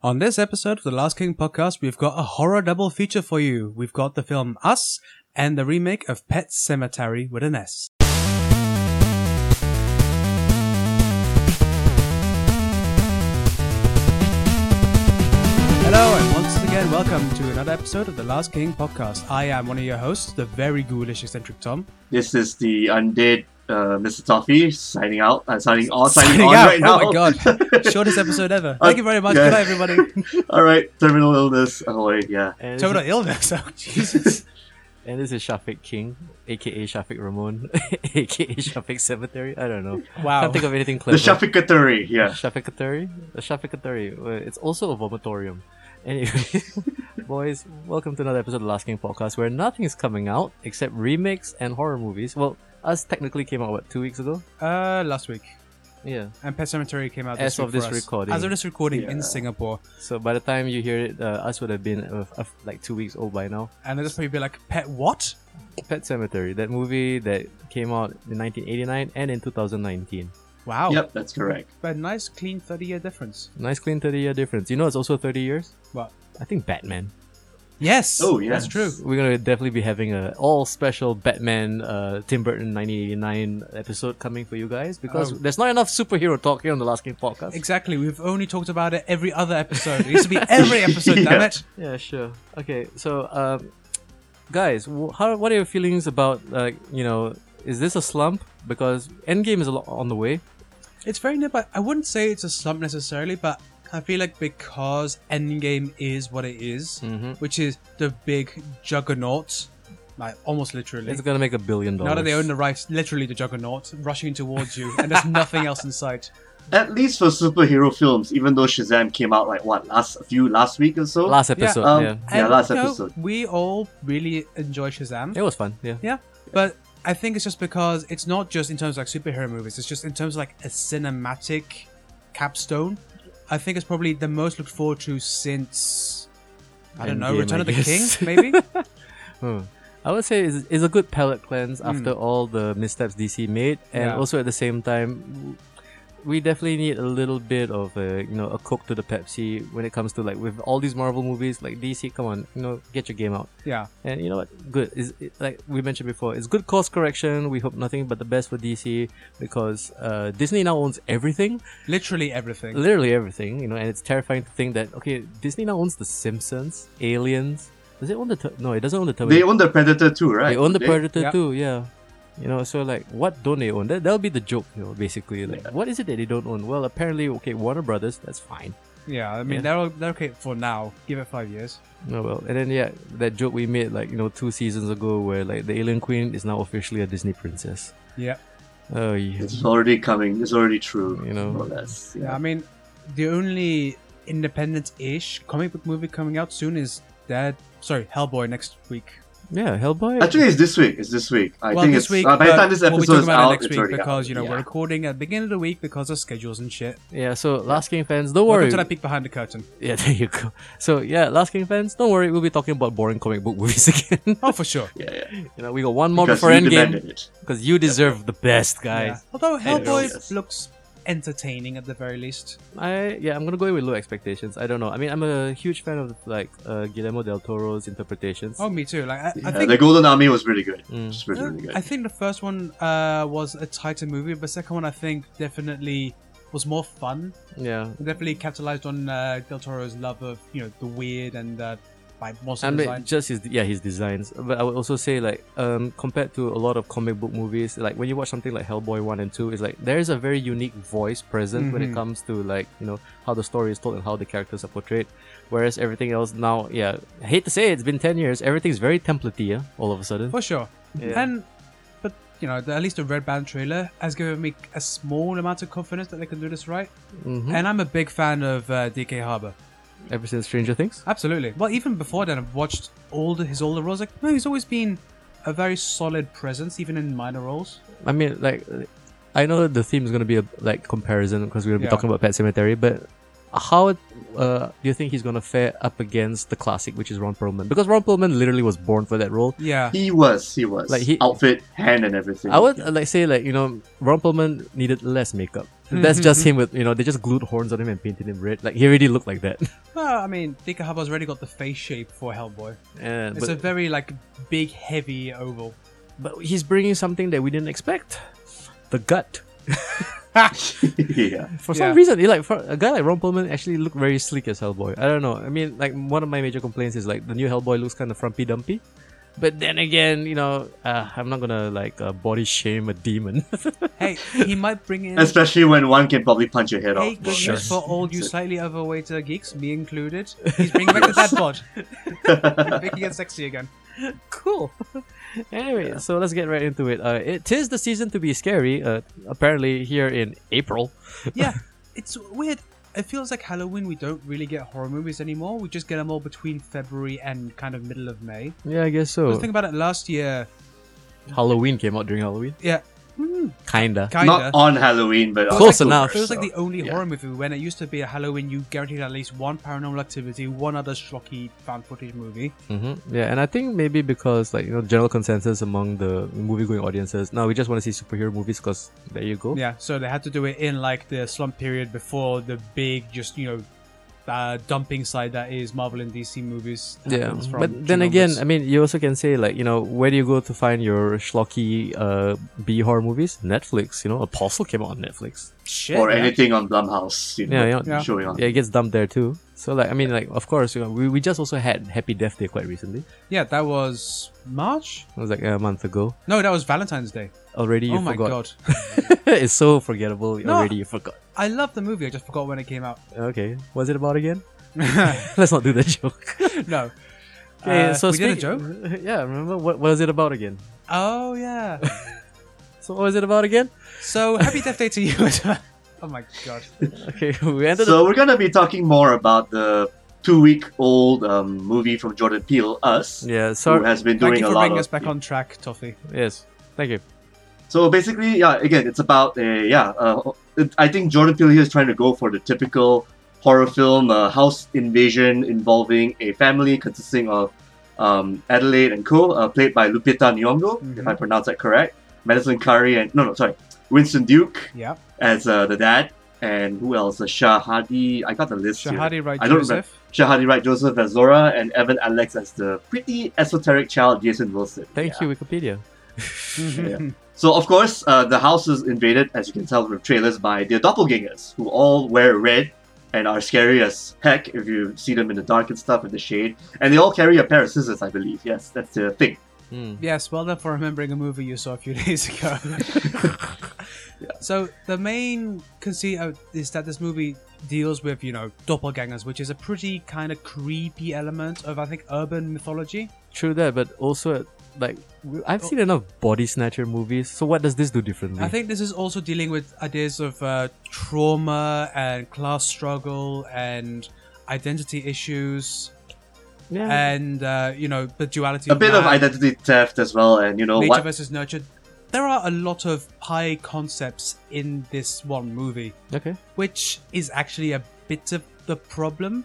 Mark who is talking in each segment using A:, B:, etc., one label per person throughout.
A: On this episode of the Last King podcast, we've got a horror double feature for you. We've got the film Us and the remake of Pet Cemetery with an S. Hello, and once again, welcome to another episode of the Last King podcast. I am one of your hosts, the very ghoulish eccentric Tom.
B: This is the undead uh, Mr. Toffee signing out. Uh, signing off. Signing,
A: Signing
B: on
A: out.
B: right
A: oh
B: now.
A: my god, shortest episode ever. Thank you very much.
B: Okay.
A: Goodbye, everybody.
B: All right, terminal illness. Oh wait, yeah.
C: And
A: Total
C: this, is,
A: illness. Oh, Jesus.
C: and this is Shafiq King, aka Shafiq Ramon, aka Shafiq Cemetery. I don't know.
A: Wow.
C: Can't think of anything
B: The
C: clever.
B: Shafikatari. Yeah.
C: Shafiqatory? The Shafiqatory. Uh, It's also a vomitorium. Anyway, boys, welcome to another episode of the Last King Podcast where nothing is coming out except remakes and horror movies. Well, us technically came out, what, two weeks ago?
A: Uh, last week.
C: Yeah.
A: And Pet Cemetery came out
C: As
A: this week
C: of
A: for
C: this
A: us.
C: recording.
A: As of this recording in
B: Yeah.
A: Singapore,
C: So by the time you hear it, uh, us would have been uh, f- like two weeks old by now.
A: and they'll just probably be like, "Pet what?"
C: Pet Cemetery, that movie that came out in 1989 and in 2019.
A: Wow.
B: Yep, that's correct.
A: But nice, clean thirty-year difference.
C: Nice clean 30 year difference. You know it's also 30 years?
A: What?
C: I think Batman.
A: Yes.
B: Oh,
A: That's
B: yes.
A: true.
C: We're going to definitely be having a all special Batman uh, Tim Burton 1989 episode coming for you guys because
A: Oh.
C: there's not enough superhero talk here on the Last Game podcast.
A: Exactly. We've only talked about it every other episode. It used to be every episode. Damn
B: Yeah.
A: it.
C: yeah, sure. Okay, so um, guys, wh- how what are your feelings about like, you know, is this a slump because Endgame is a lot on the way?
A: It's very nearby. I wouldn't say it's a slump necessarily, but I feel like because Endgame is what it is,
C: Mhm.
A: which is the big juggernaut, like almost literally.
C: It's going to make a billion dollars.
A: now that they own the rights, literally the juggernaut rushing towards you, and there's nothing else in sight.
B: At least for superhero films, even though Shazam came out like what last a few last week or so.
C: last episode,
B: um,
C: yeah.
B: yeah,
A: And,
B: last
A: you know,
B: episode.
A: we all really enjoy Shazam.
C: It was fun, yeah.
A: Yeah, but I think it's just because it's not just in terms of like superhero movies. It's just in terms of like a cinematic capstone. I think it's probably the most looked forward to since I don't know
C: Endgame,
A: Return
C: I
A: of the
C: guess.
A: King, maybe.
C: Hmm. I would say it's, it's a good palate cleanse after all the missteps DC made, and
A: Yeah.
C: also at the same time, we definitely need a little bit of a you know a coke to the Pepsi when it comes to like with all these Marvel movies like DC. Come on, you know, get your game out.
A: yeah,
C: And you know what? Good is it, like we mentioned before. It's good course correction. We hope nothing but the best for DC because uh, Disney now owns everything,
A: literally everything.
C: literally everything. You know, and it's terrifying to think that okay, Disney now owns the Simpsons, Aliens. Does it own the? Ter- no, it doesn't own the Terminator.
B: They own the Predator too, right?
C: They own the Predator
A: yeah.
C: too, yeah. You know, so like, what don't they own? That that'll be the joke, you know, basically. Like, what is it that they don't own? Well, apparently, okay, Warner Brothers, that's fine.
A: Yeah, I mean
C: Yeah.
A: they're all, they're okay for now. Give it five years.
C: No, well, and then yeah, that joke we made like you know two seasons ago, where like the Alien Queen is now officially a Disney princess.
A: Yeah,
C: Oh yeah,
B: It's already coming. It's already true.
C: You know.
B: more or less.
A: yeah. I
B: Yeah.
A: mean, the only independent-ish comic book movie coming out soon is that. Sorry, Hellboy next week.
C: yeah, Hellboy.
B: Actually, it's this week. It's this week. I
A: well,
B: think
A: this
B: it's
A: week.
B: uh, by the
A: but
B: time this
A: we'll be
B: episode
A: talking
B: is
A: about
B: out,
A: it next
B: it's
A: week
B: already out.
A: because you know
B: Yeah.
A: we're recording at the beginning of the week because of schedules and shit.
C: yeah, so Last King fans, don't
A: Welcome
C: worry.
A: to that peek behind the curtain.
C: yeah, there you go. So yeah, Last King fans, don't worry. We'll be talking about boring comic book movies again.
A: Oh, for sure.
B: Yeah, yeah.
C: you know, we got one more
B: Because
C: before
B: you
C: Endgame
B: demanded it.
C: because you deserve the best, guys.
A: Yeah. Although Hellboy
B: yes.
A: looks entertaining at the very least.
C: I yeah, I'm gonna go in with low expectations. I don't know. I mean, I'm a huge fan of like uh, Guillermo del Toro's interpretations.
A: Oh, me too. Like I, I
B: Yeah,
A: think.
B: the Golden Army was really good.
C: Mm.
B: It's really, really good.
A: I think the first one uh, was a tighter movie, but the second one I think definitely was more fun.
C: Yeah,
A: It definitely capitalized on uh, Del Toro's love of you know the weird and uh, like monster
C: and
A: design.
C: it, just his yeah his designs. But I would also say like um compared to a lot of comic book movies, like when you watch something like Hellboy one and two, it's like there is a very unique voice present when it
A: Mhm.
C: comes to like you know how the story is told and how the characters are portrayed. Whereas everything else now, yeah, I hate to say it, it's been ten years. Everything's very templatey, yeah, all of a sudden.
A: For sure.
C: Yeah.
A: And but you know, the, at least the Red Band trailer has given me a small amount of confidence that they can do this right.
C: Mhm.
A: And I'm a big fan of uh, DK Harbour.
C: Ever since Stranger Things.
A: Absolutely. Well, even before then, I've watched all the, his older roles. Like, no, he's always been a very solid presence, even in minor roles.
C: I mean, like, I know that the theme is gonna be a like comparison because we're gonna
A: Yeah.
C: be talking about Pet Cemetery, but how uh, do you think he's gonna fare up against the classic, which is Ron Perlman? Because Ron Perlman literally was born for that role.
A: Yeah.
B: He was, he was.
C: Like, he-
B: Outfit, hand, and everything.
C: I would uh, like say like you know Ron Perlman needed less makeup. That's just
A: Mm-hmm.
C: him with you know they just glued horns on him and painted him red. Like he already looked like that.
A: Well, I mean, Dika Haba's already got the face shape for Hellboy.
C: And,
A: It's
C: but,
A: a very like big, heavy oval.
C: but he's bringing something that we didn't expect. The gut. uh,
B: yeah.
C: For
A: Yeah.
C: some reason, he, like for a guy like Ron Perlman actually looked very sleek as Hellboy. I don't know. I mean, like one of my major complaints is like the new Hellboy looks kind of frumpy dumpy. But then again, you know, uh, I'm not gonna like uh, body shame a demon.
A: Hey, he might bring in.
B: Especially when one can probably punch your head
A: Hey,
B: off.
A: good
C: Sure.
A: news for all you slightly overweight uh, geeks, me included. He's bringing back the dad bod, making it sexy again.
C: cool. anyway, so let's get right into it. Uh, it is the season to be scary. Uh, apparently here in April.
A: Yeah, it's weird. It feels like Halloween. We don't really get horror movies anymore. We just get them all between February and kind of middle of May.
C: Yeah, I guess
A: I
C: so.
A: was thinking about it last year.
C: Halloween came out during Halloween.
A: Yeah,
C: Hmm. Kinda.
A: kind of.
B: Not on Halloween, but
C: Close
B: October,
C: enough.
A: It was like
B: so,
A: the only
B: yeah.
A: horror movie when it used to be a Halloween. You guaranteed at least one Paranormal Activity, one other schlocky found footage movie.
C: hmm Yeah, and I think maybe because like you know general consensus among the movie-going audiences, now we just want to see superhero movies because there you go.
A: Yeah, so they had to do it in like the slump period before the big, just you know, uh, dumping side that is Marvel and DC movies.
C: Yeah,
A: happens from
C: but then
A: June
C: again,
A: onwards.
C: I mean, you also can say like you know where do you go to find your schlocky uh, B horror movies? Netflix, you know, Apostle came out on Netflix.
A: shit.
B: Or
A: yeah.
B: anything on Blumhouse. You know,
C: Yeah, yeah.
A: Yeah.
B: Showing on.
C: Yeah, it gets dumped there too. So like I mean, like of course, you know, we, we just also had Happy Death Day quite recently.
A: Yeah, that was March.
C: It was like a month ago.
A: No, that was Valentine's Day.
C: Already, you
A: oh my
C: forgot.
A: god,
C: it's so forgettable.
A: No.
C: Already, you forgot.
A: I love the movie. I just forgot when it came out.
C: Okay, what's it about again? Let's not do that joke.
A: no.
C: Okay,
A: Uh,
C: so
A: we did a
C: speak-
A: joke.
C: Yeah, remember what what was it about again?
A: Oh yeah.
C: So what was it about again?
A: So happy death day to you. as well. oh my god.
C: Okay, we ended up
B: So we're gonna be talking more about the two-week-old um, movie from Jordan Peele, Us,
C: Yeah,
B: who
C: sorry.
B: has been
A: Thank
B: doing
A: you
B: a
A: for
B: lot
A: bringing us
B: of.
A: back on track, Toffee.
C: Yes. Thank you.
B: So basically, yeah, again, it's about a yeah. Uh, it- I think Jordan Peele here is trying to go for the typical horror film, uh, house invasion involving a family consisting of um, Adelaide and Co, uh, played by Lupita Nyong'o, if I pronounce that correct, Madison Curry, and no, no, sorry, Winston Duke
A: Yeah.
B: as uh, the dad, and who else? Uh, Shahadi, I got the list here.
A: Shahadi Wright
B: I don't
A: Joseph.
B: Shahadi Wright Joseph as Zora and Evan Alex as the pretty esoteric child Jason Wilson.
C: Thank you, Wikipedia.
A: Mhm.
B: So of course, uh, the house is invaded, as you can tell from trailers, by their doppelgangers who all wear red and are scary as heck if you see them in the dark and stuff in the shade. And they all carry a pair of scissors, I believe. Yes, that's the thing.
C: Hmm.
A: Yes, well done for remembering a movie you saw a few days ago. So the main conceit of, is that this movie deals with you know doppelgangers, which is a pretty kind of creepy element of I think urban mythology.
C: True that, but also like I've seen enough body snatcher movies. So what does this do differently?
A: I think this is also dealing with ideas of uh, trauma and class struggle and identity issues
C: yeah.
A: and uh, you know the duality.
B: A bit of
A: man.
B: identity theft as well, and you know
A: nature
B: what?
A: versus nurture. There are a lot of high concepts in this one movie,
C: okay.
A: which is actually a bit of the problem.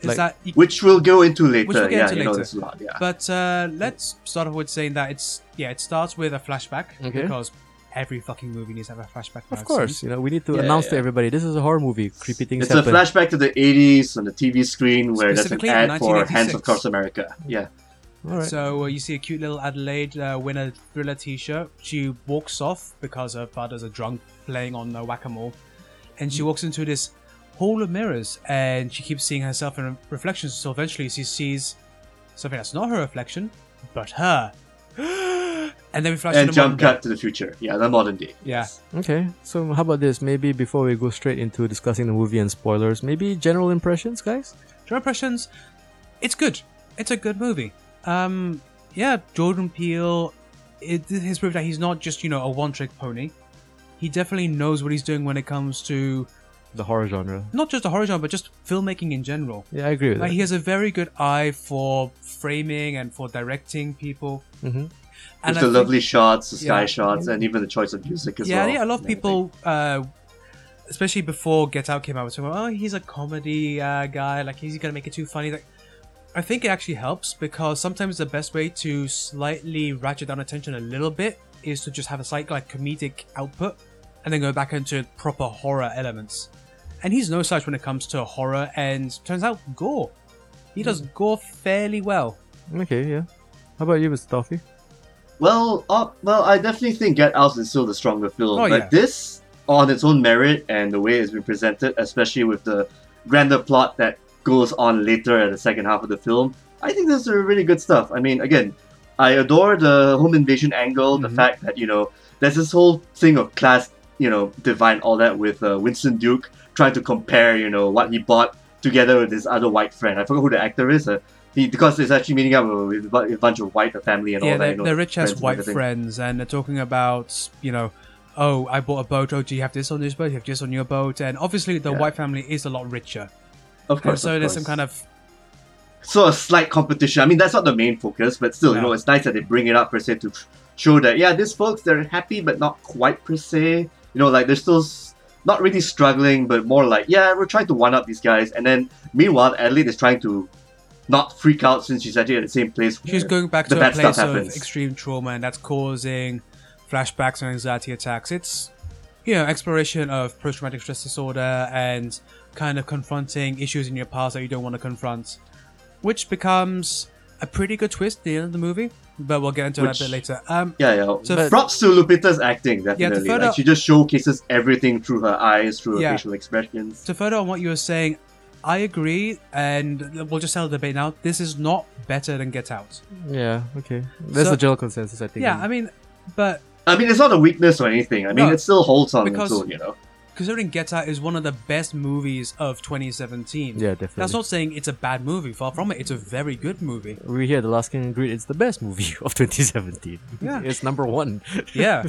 A: Is
C: Like-
A: that you-
B: Which we'll go into later.
A: we'll get
B: yeah,
A: into
B: you know
A: later.
B: this a lot. Yeah.
A: But uh, let's start off with saying that it's yeah, it starts with a flashback
C: Okay.
A: because every fucking movie needs to have a flashback. now,
C: Of
A: it
C: course,
A: seems.
C: you know we need to
B: Yeah,
C: announce to
B: yeah.
C: everybody this is a horror movie. Creepy things
B: It's a
C: happen.
B: flashback to the 80s on the TV screen where there's an
A: Specifically in
B: ad for Hands
A: 1986.
B: Across America. Yeah.
C: All right.
A: So uh, you see a cute little Adelaide uh, win a thriller T-shirt. She walks off because her father's a drunk playing on the whack-a-mole, and
B: Mm.
A: she walks into this hall of mirrors, and she keeps seeing herself in reflections. So eventually, she sees something that's not her reflection, but her. and then we flash to
B: And
A: the
B: jump
A: modern day.
B: cut to the future. Yeah, the modern day.
A: Yeah.
C: Okay, so how about this? Maybe before we go straight into discussing the movie and spoilers, maybe general impressions, guys.
A: Joe Impressions, it's good. It's a good movie. Um, yeah, Jordan Peele, it, his proof that he's not just, you know, a one trick pony. He definitely knows what he's doing when it comes to
C: The horror genre.
A: not just the horror genre, but just filmmaking in general.
C: Yeah, I agree with
A: Like,
C: that.
A: he has a very good eye for framing and for directing people.
C: Mhm.
A: And
B: With
A: I
B: the
A: think-
B: lovely shots, the sky
A: Yeah.
B: shots, and even the choice of music as
A: yeah,
B: well.
A: yeah, a lot of
B: and everything.
A: people, uh, especially before Get Out came out, were talking about, oh, he's a comedy uh, guy, like, he's gonna make it too funny. Like, I think it actually helps because sometimes the best way to slightly ratchet down attention a little bit is to just have a slight, like, comedic output. and then go back into proper horror elements. And he's no slouch when it comes to horror and turns out gore. He
B: Hmm.
A: does gore fairly well.
C: Okay, yeah. How about you, Mr. Toffee?
B: Well, uh, well, I definitely think Get Out is still the stronger film,
A: Oh,
B: but
A: yeah.
B: this, on its own merit and the way it's been presented, especially with the grander plot that goes on later at the second half of the film, I think this is really good stuff. I mean, again, I adore the home invasion angle, the
A: Mhm.
B: fact that you know there's this whole thing of class, you know, divine all that with uh, Winston Duke trying to compare, you know, what he bought together with his other white friend. I forgot who the actor is. Uh, he, because it's actually meeting up with with a bunch of white family and
A: yeah,
B: all that.
A: they're,
B: you know,
A: they're rich
B: friends
A: as
B: and
A: white
B: everything.
A: friends, and they're talking about, you know, oh, I bought a boat. Oh, do you have this on this boat? You have this on your boat. And obviously, the
B: Yeah.
A: white family is a lot richer.
B: Of
A: And
B: course.
A: so
B: of
A: there's some
B: course.
A: kind of
B: so a slight competition. I mean, that's not the main focus, but still, you
A: No.
B: know, it's nice that they bring it up per se to show that yeah, these folks they're happy but not quite per se. You know, like they're still s- not really struggling, but more like yeah, we're trying to one up these guys. And then meanwhile, Adelaide is trying to not freak out since she's actually at the same place.
A: She's
B: where-
A: going back
B: the
A: to a
B: bad stuff
A: place of
B: happens.
A: extreme trauma, and that's causing flashbacks and anxiety attacks. It's you know exploration of post-traumatic stress disorder and kind of confronting issues in your past that you don't want to confront, which becomes a pretty good twist at the end of the movie. But we'll get into
B: Which-
A: that a bit later. Um,
B: Yeah, yeah.
A: So
B: But
A: f-
B: props to Lupita's acting, definitely.
A: further-
B: like she just showcases everything through her eyes, through her
A: Yeah.
B: facial expressions.
A: to further on what you were saying, I agree, and we'll just settle the debate now. This is not better than Get Out.
C: Yeah, okay. That's
A: So-
C: the general consensus, I think.
A: Yeah, I mean, but
B: I mean, it's not a weakness or anything. I mean,
A: No,
B: it still holds on
A: because-
B: until you know.
A: considering Get Out is one of the best movies of 2017.
C: yeah, definitely.
A: That's not saying it's a bad movie. Far from it. It's a very good movie.
C: we hear the last king agreed it's the best movie of 2017
A: Yeah.
C: it's number one
A: Yeah.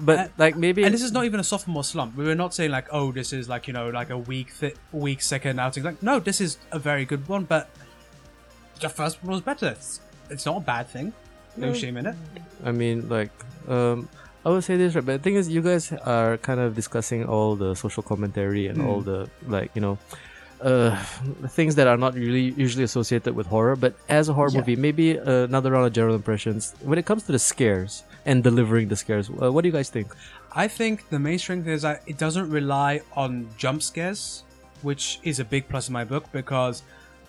C: but
A: And-
C: like maybe
A: and this is not even a sophomore slump. We were not saying like, oh, this is like you know like a weak th- weak second outing. Like, no, this is a very good one, but the first one was better. It's, it's not a bad thing. No
C: Yeah.
A: shame in it.
C: i mean like um i would say this right but the thing is you guys are kind of discussing all the social commentary and
B: Hmm.
C: all the like you know uh things that are not really usually associated with horror but as a horror
B: Yeah.
C: movie maybe uh, another round of general impressions when it comes to the scares and delivering the scares uh, what do you guys think
A: I think the main strength is that it doesn't rely on jump scares, which is a big plus in my book because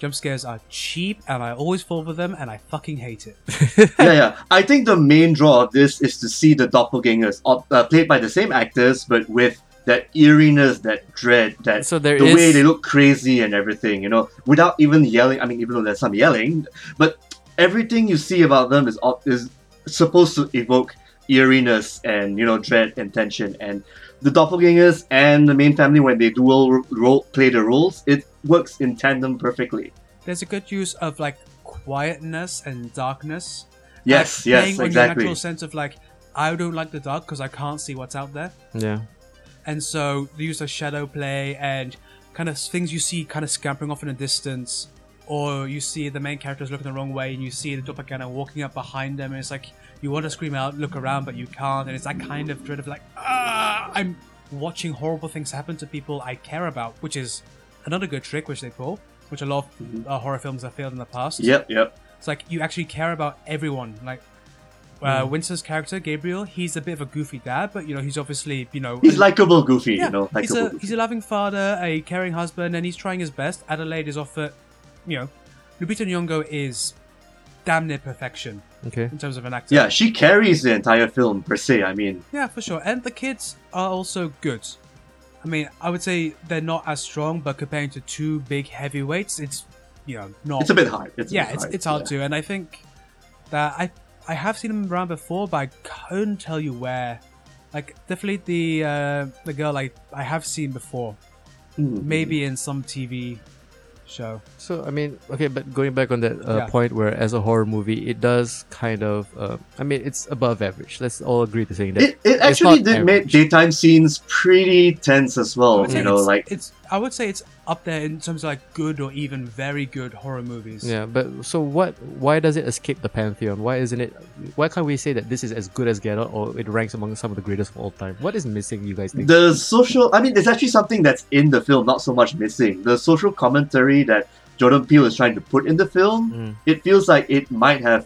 A: jump scares are cheap and I always fall for them and I fucking hate it.
B: yeah, yeah. I think the main draw of this is to see the doppelgangers op- uh, played by the same actors, but with that eeriness, that dread, that
C: so there is
B: the way they look crazy and everything. You know, without even yelling. I mean, even though there's some yelling, but everything you see about them is op- is supposed to evoke eeriness and you know dread and tension. And the doppelgangers and the main family, when they dual ro- role play the roles, it works in tandem perfectly.
A: There's a good use of like quietness and darkness.
B: Yes,
A: like,
B: yes,
A: playing on your
B: exactly.
A: natural sense of like, I don't like the dark because I can't see what's out there,
C: yeah
A: and so the use of shadow play and kind of things you see kind of scampering off in the distance, or you see the main characters looking the wrong way, and you see the doppelganger walking up behind them, and it's like you want to scream out, look around, but you can't, and it's that kind of dread of like, ah, I'm watching horrible things happen to people I care about, which is another good trick which they pull, which a lot of
B: Mhm.
A: uh, horror films have failed in the past.
B: Yep, yep.
A: It's like you actually care about everyone. Like uh, Winston's character, Gabriel, he's a bit of a goofy dad, but you know he's obviously you know
B: He's
A: a-
B: likable Goofy,
A: yeah,
B: you know.
A: he's
B: Likable
A: a
B: Goofy.
A: he's a loving father, a caring husband, and he's trying his best. Adelaide is off at you know, Lupita Nyong'o is damn near perfection
C: okay
A: in terms of an actor.
B: Yeah, she carries the entire film per se. I mean,
A: yeah, for sure. And the kids are also good. I mean, I would say they're not as strong, but comparing to two big heavyweights, it's you know not
B: it's a bit hard. It's a
A: Oh. yeah,
B: bit
A: it's,
B: hard.
A: it's hard
B: yeah.
A: to, and I think that I I have seen him around before, but I couldn't tell you where. Like definitely the uh, the girl I I have seen before,
B: Hmm.
A: maybe in some TV show.
C: So I mean, okay, but going back on that uh,
A: Yeah.
C: point where, as a horror movie, it does kind of, uh, I mean, it's above average. Let's all agree to saying that.
B: It, it
C: It's
B: actually
C: not
B: did make
C: average.
B: daytime scenes pretty tense as
A: I
B: well.
A: would say
B: You know,
A: it's,
B: like
A: it's I would say it's up there in terms of like good or even very good horror movies.
C: yeah, but so what? Why does it escape the pantheon? Why isn't it? Why can't we say that this is as good as Get Out or it ranks among some of the greatest of all time? What is missing, you guys think?
B: the social. I mean, there's actually something that's in the film, not so much missing. The social commentary that Jordan Peele is trying to put in the film,
C: Mm.
B: it feels like it might have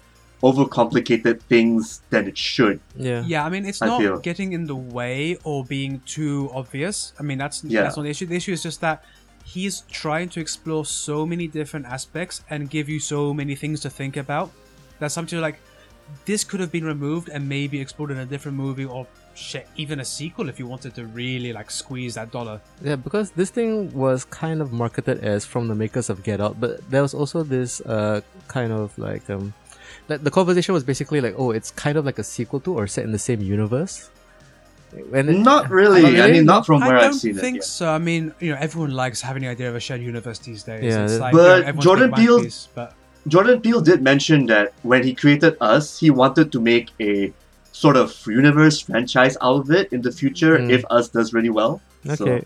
B: overcomplicated things than it should.
C: Yeah.
A: Yeah, I mean, it's
B: I
A: not
B: feel.
A: getting in the way or being too obvious. I mean, that's
B: Yeah.
A: that's not the issue. The issue is just that he's trying to explore so many different aspects and give you so many things to think about that sometimes you're like, this could have been removed and maybe explored in a different movie or shit, even a sequel if you wanted to really like squeeze that dollar.
C: Yeah, because this thing was kind of marketed as from the makers of Get Out, but there was also this uh kind of like um like the conversation was basically like, oh, it's kind of like a sequel to or set in the same universe. And it-
B: Not really.
C: Not
B: I
C: really?
B: mean, not from where
A: I
B: I've
A: don't
B: seen
A: think
B: it. yeah.
A: so. I mean, you know, everyone likes having the idea of a shared universe these days.
C: Yeah,
A: it's
C: that-
A: like, you know,
B: But
A: everyone's
B: Jordan
A: big One
B: Peele's-
A: Piece, but
B: Jordan Peele did mention that when he created Us, he wanted to make a sort of universe franchise out of it in the future
C: Mm.
B: if Us does really well. So-
C: Okay.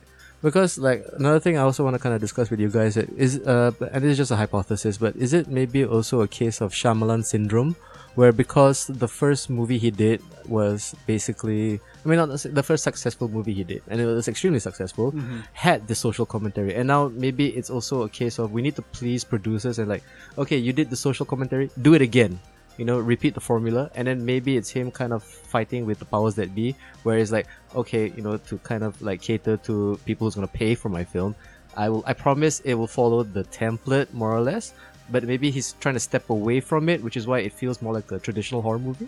C: Because like another thing I also want to kind of discuss with you guys i- is uh but- and this is just a hypothesis, but is it maybe also a case of Shyamalan syndrome, where because the first movie he did was basically I mean not the s- the first successful movie he did and it was extremely successful
A: Mhm.
C: had the social commentary and now maybe it's also a case of we need to please producers and like okay you did the social commentary do it again you know repeat the formula and then maybe it's him kind of fighting with the powers that be where it's like okay you know to kind of like cater to people who's going to pay for my film i will i promise it will follow the template more or less but maybe he's trying to step away from it which is why it feels more like a traditional horror movie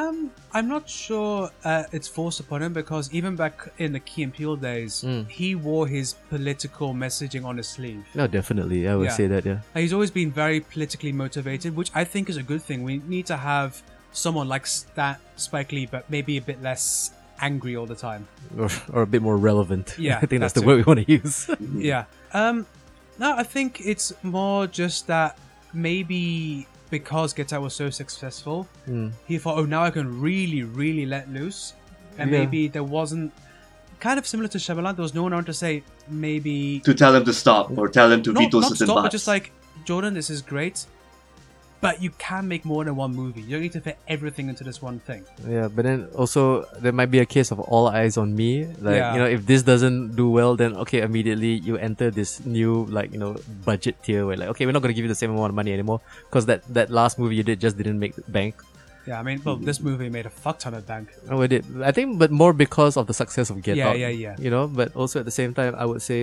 A: Um, I'm not sure uh, it's forced upon him because even back in the Key and Peele days,
C: Mm.
A: he wore his political messaging on his sleeve.
C: no definitely i would
A: Yeah.
C: say that yeah
A: Like, he's always been very politically motivated, which I think is a good thing. We need to have someone like that Spike Lee, but maybe a bit less angry all the time.
C: or, or a bit more relevant
A: Yeah,
C: i think that's,
A: that too.
C: the word we want to use
B: Mhm.
A: Yeah. Um, no, I think it's more just that maybe because Get Out was so successful,
C: Mm.
A: he thought, oh, now I can really, really let loose. And
C: Yeah.
A: maybe there wasn't, kind of similar to Shyamalan, there was no one around to say, maybe,
B: To tell him to stop or tell him to
A: not,
B: veto
A: not
B: certain
A: stop, but
B: parts.
A: just like, Jordan, this is great, but you can make more than one movie. You don't need to fit everything into this one thing.
C: Yeah, but then also there might be a case of all eyes on me. Like
A: Yeah.
C: you know, if this doesn't do well, then okay, immediately you enter this new like you know budget tier where like okay, we're not gonna give you the same amount of money anymore because that that last movie you did just didn't make bank.
A: Yeah, I mean, well, this
C: Hmm.
A: movie made a fuck ton of bank.
C: Oh, it did. I think, but more because of the success of Get
A: Yeah,
C: Out.
A: yeah, yeah.
C: You know, but also at the same time, I would say,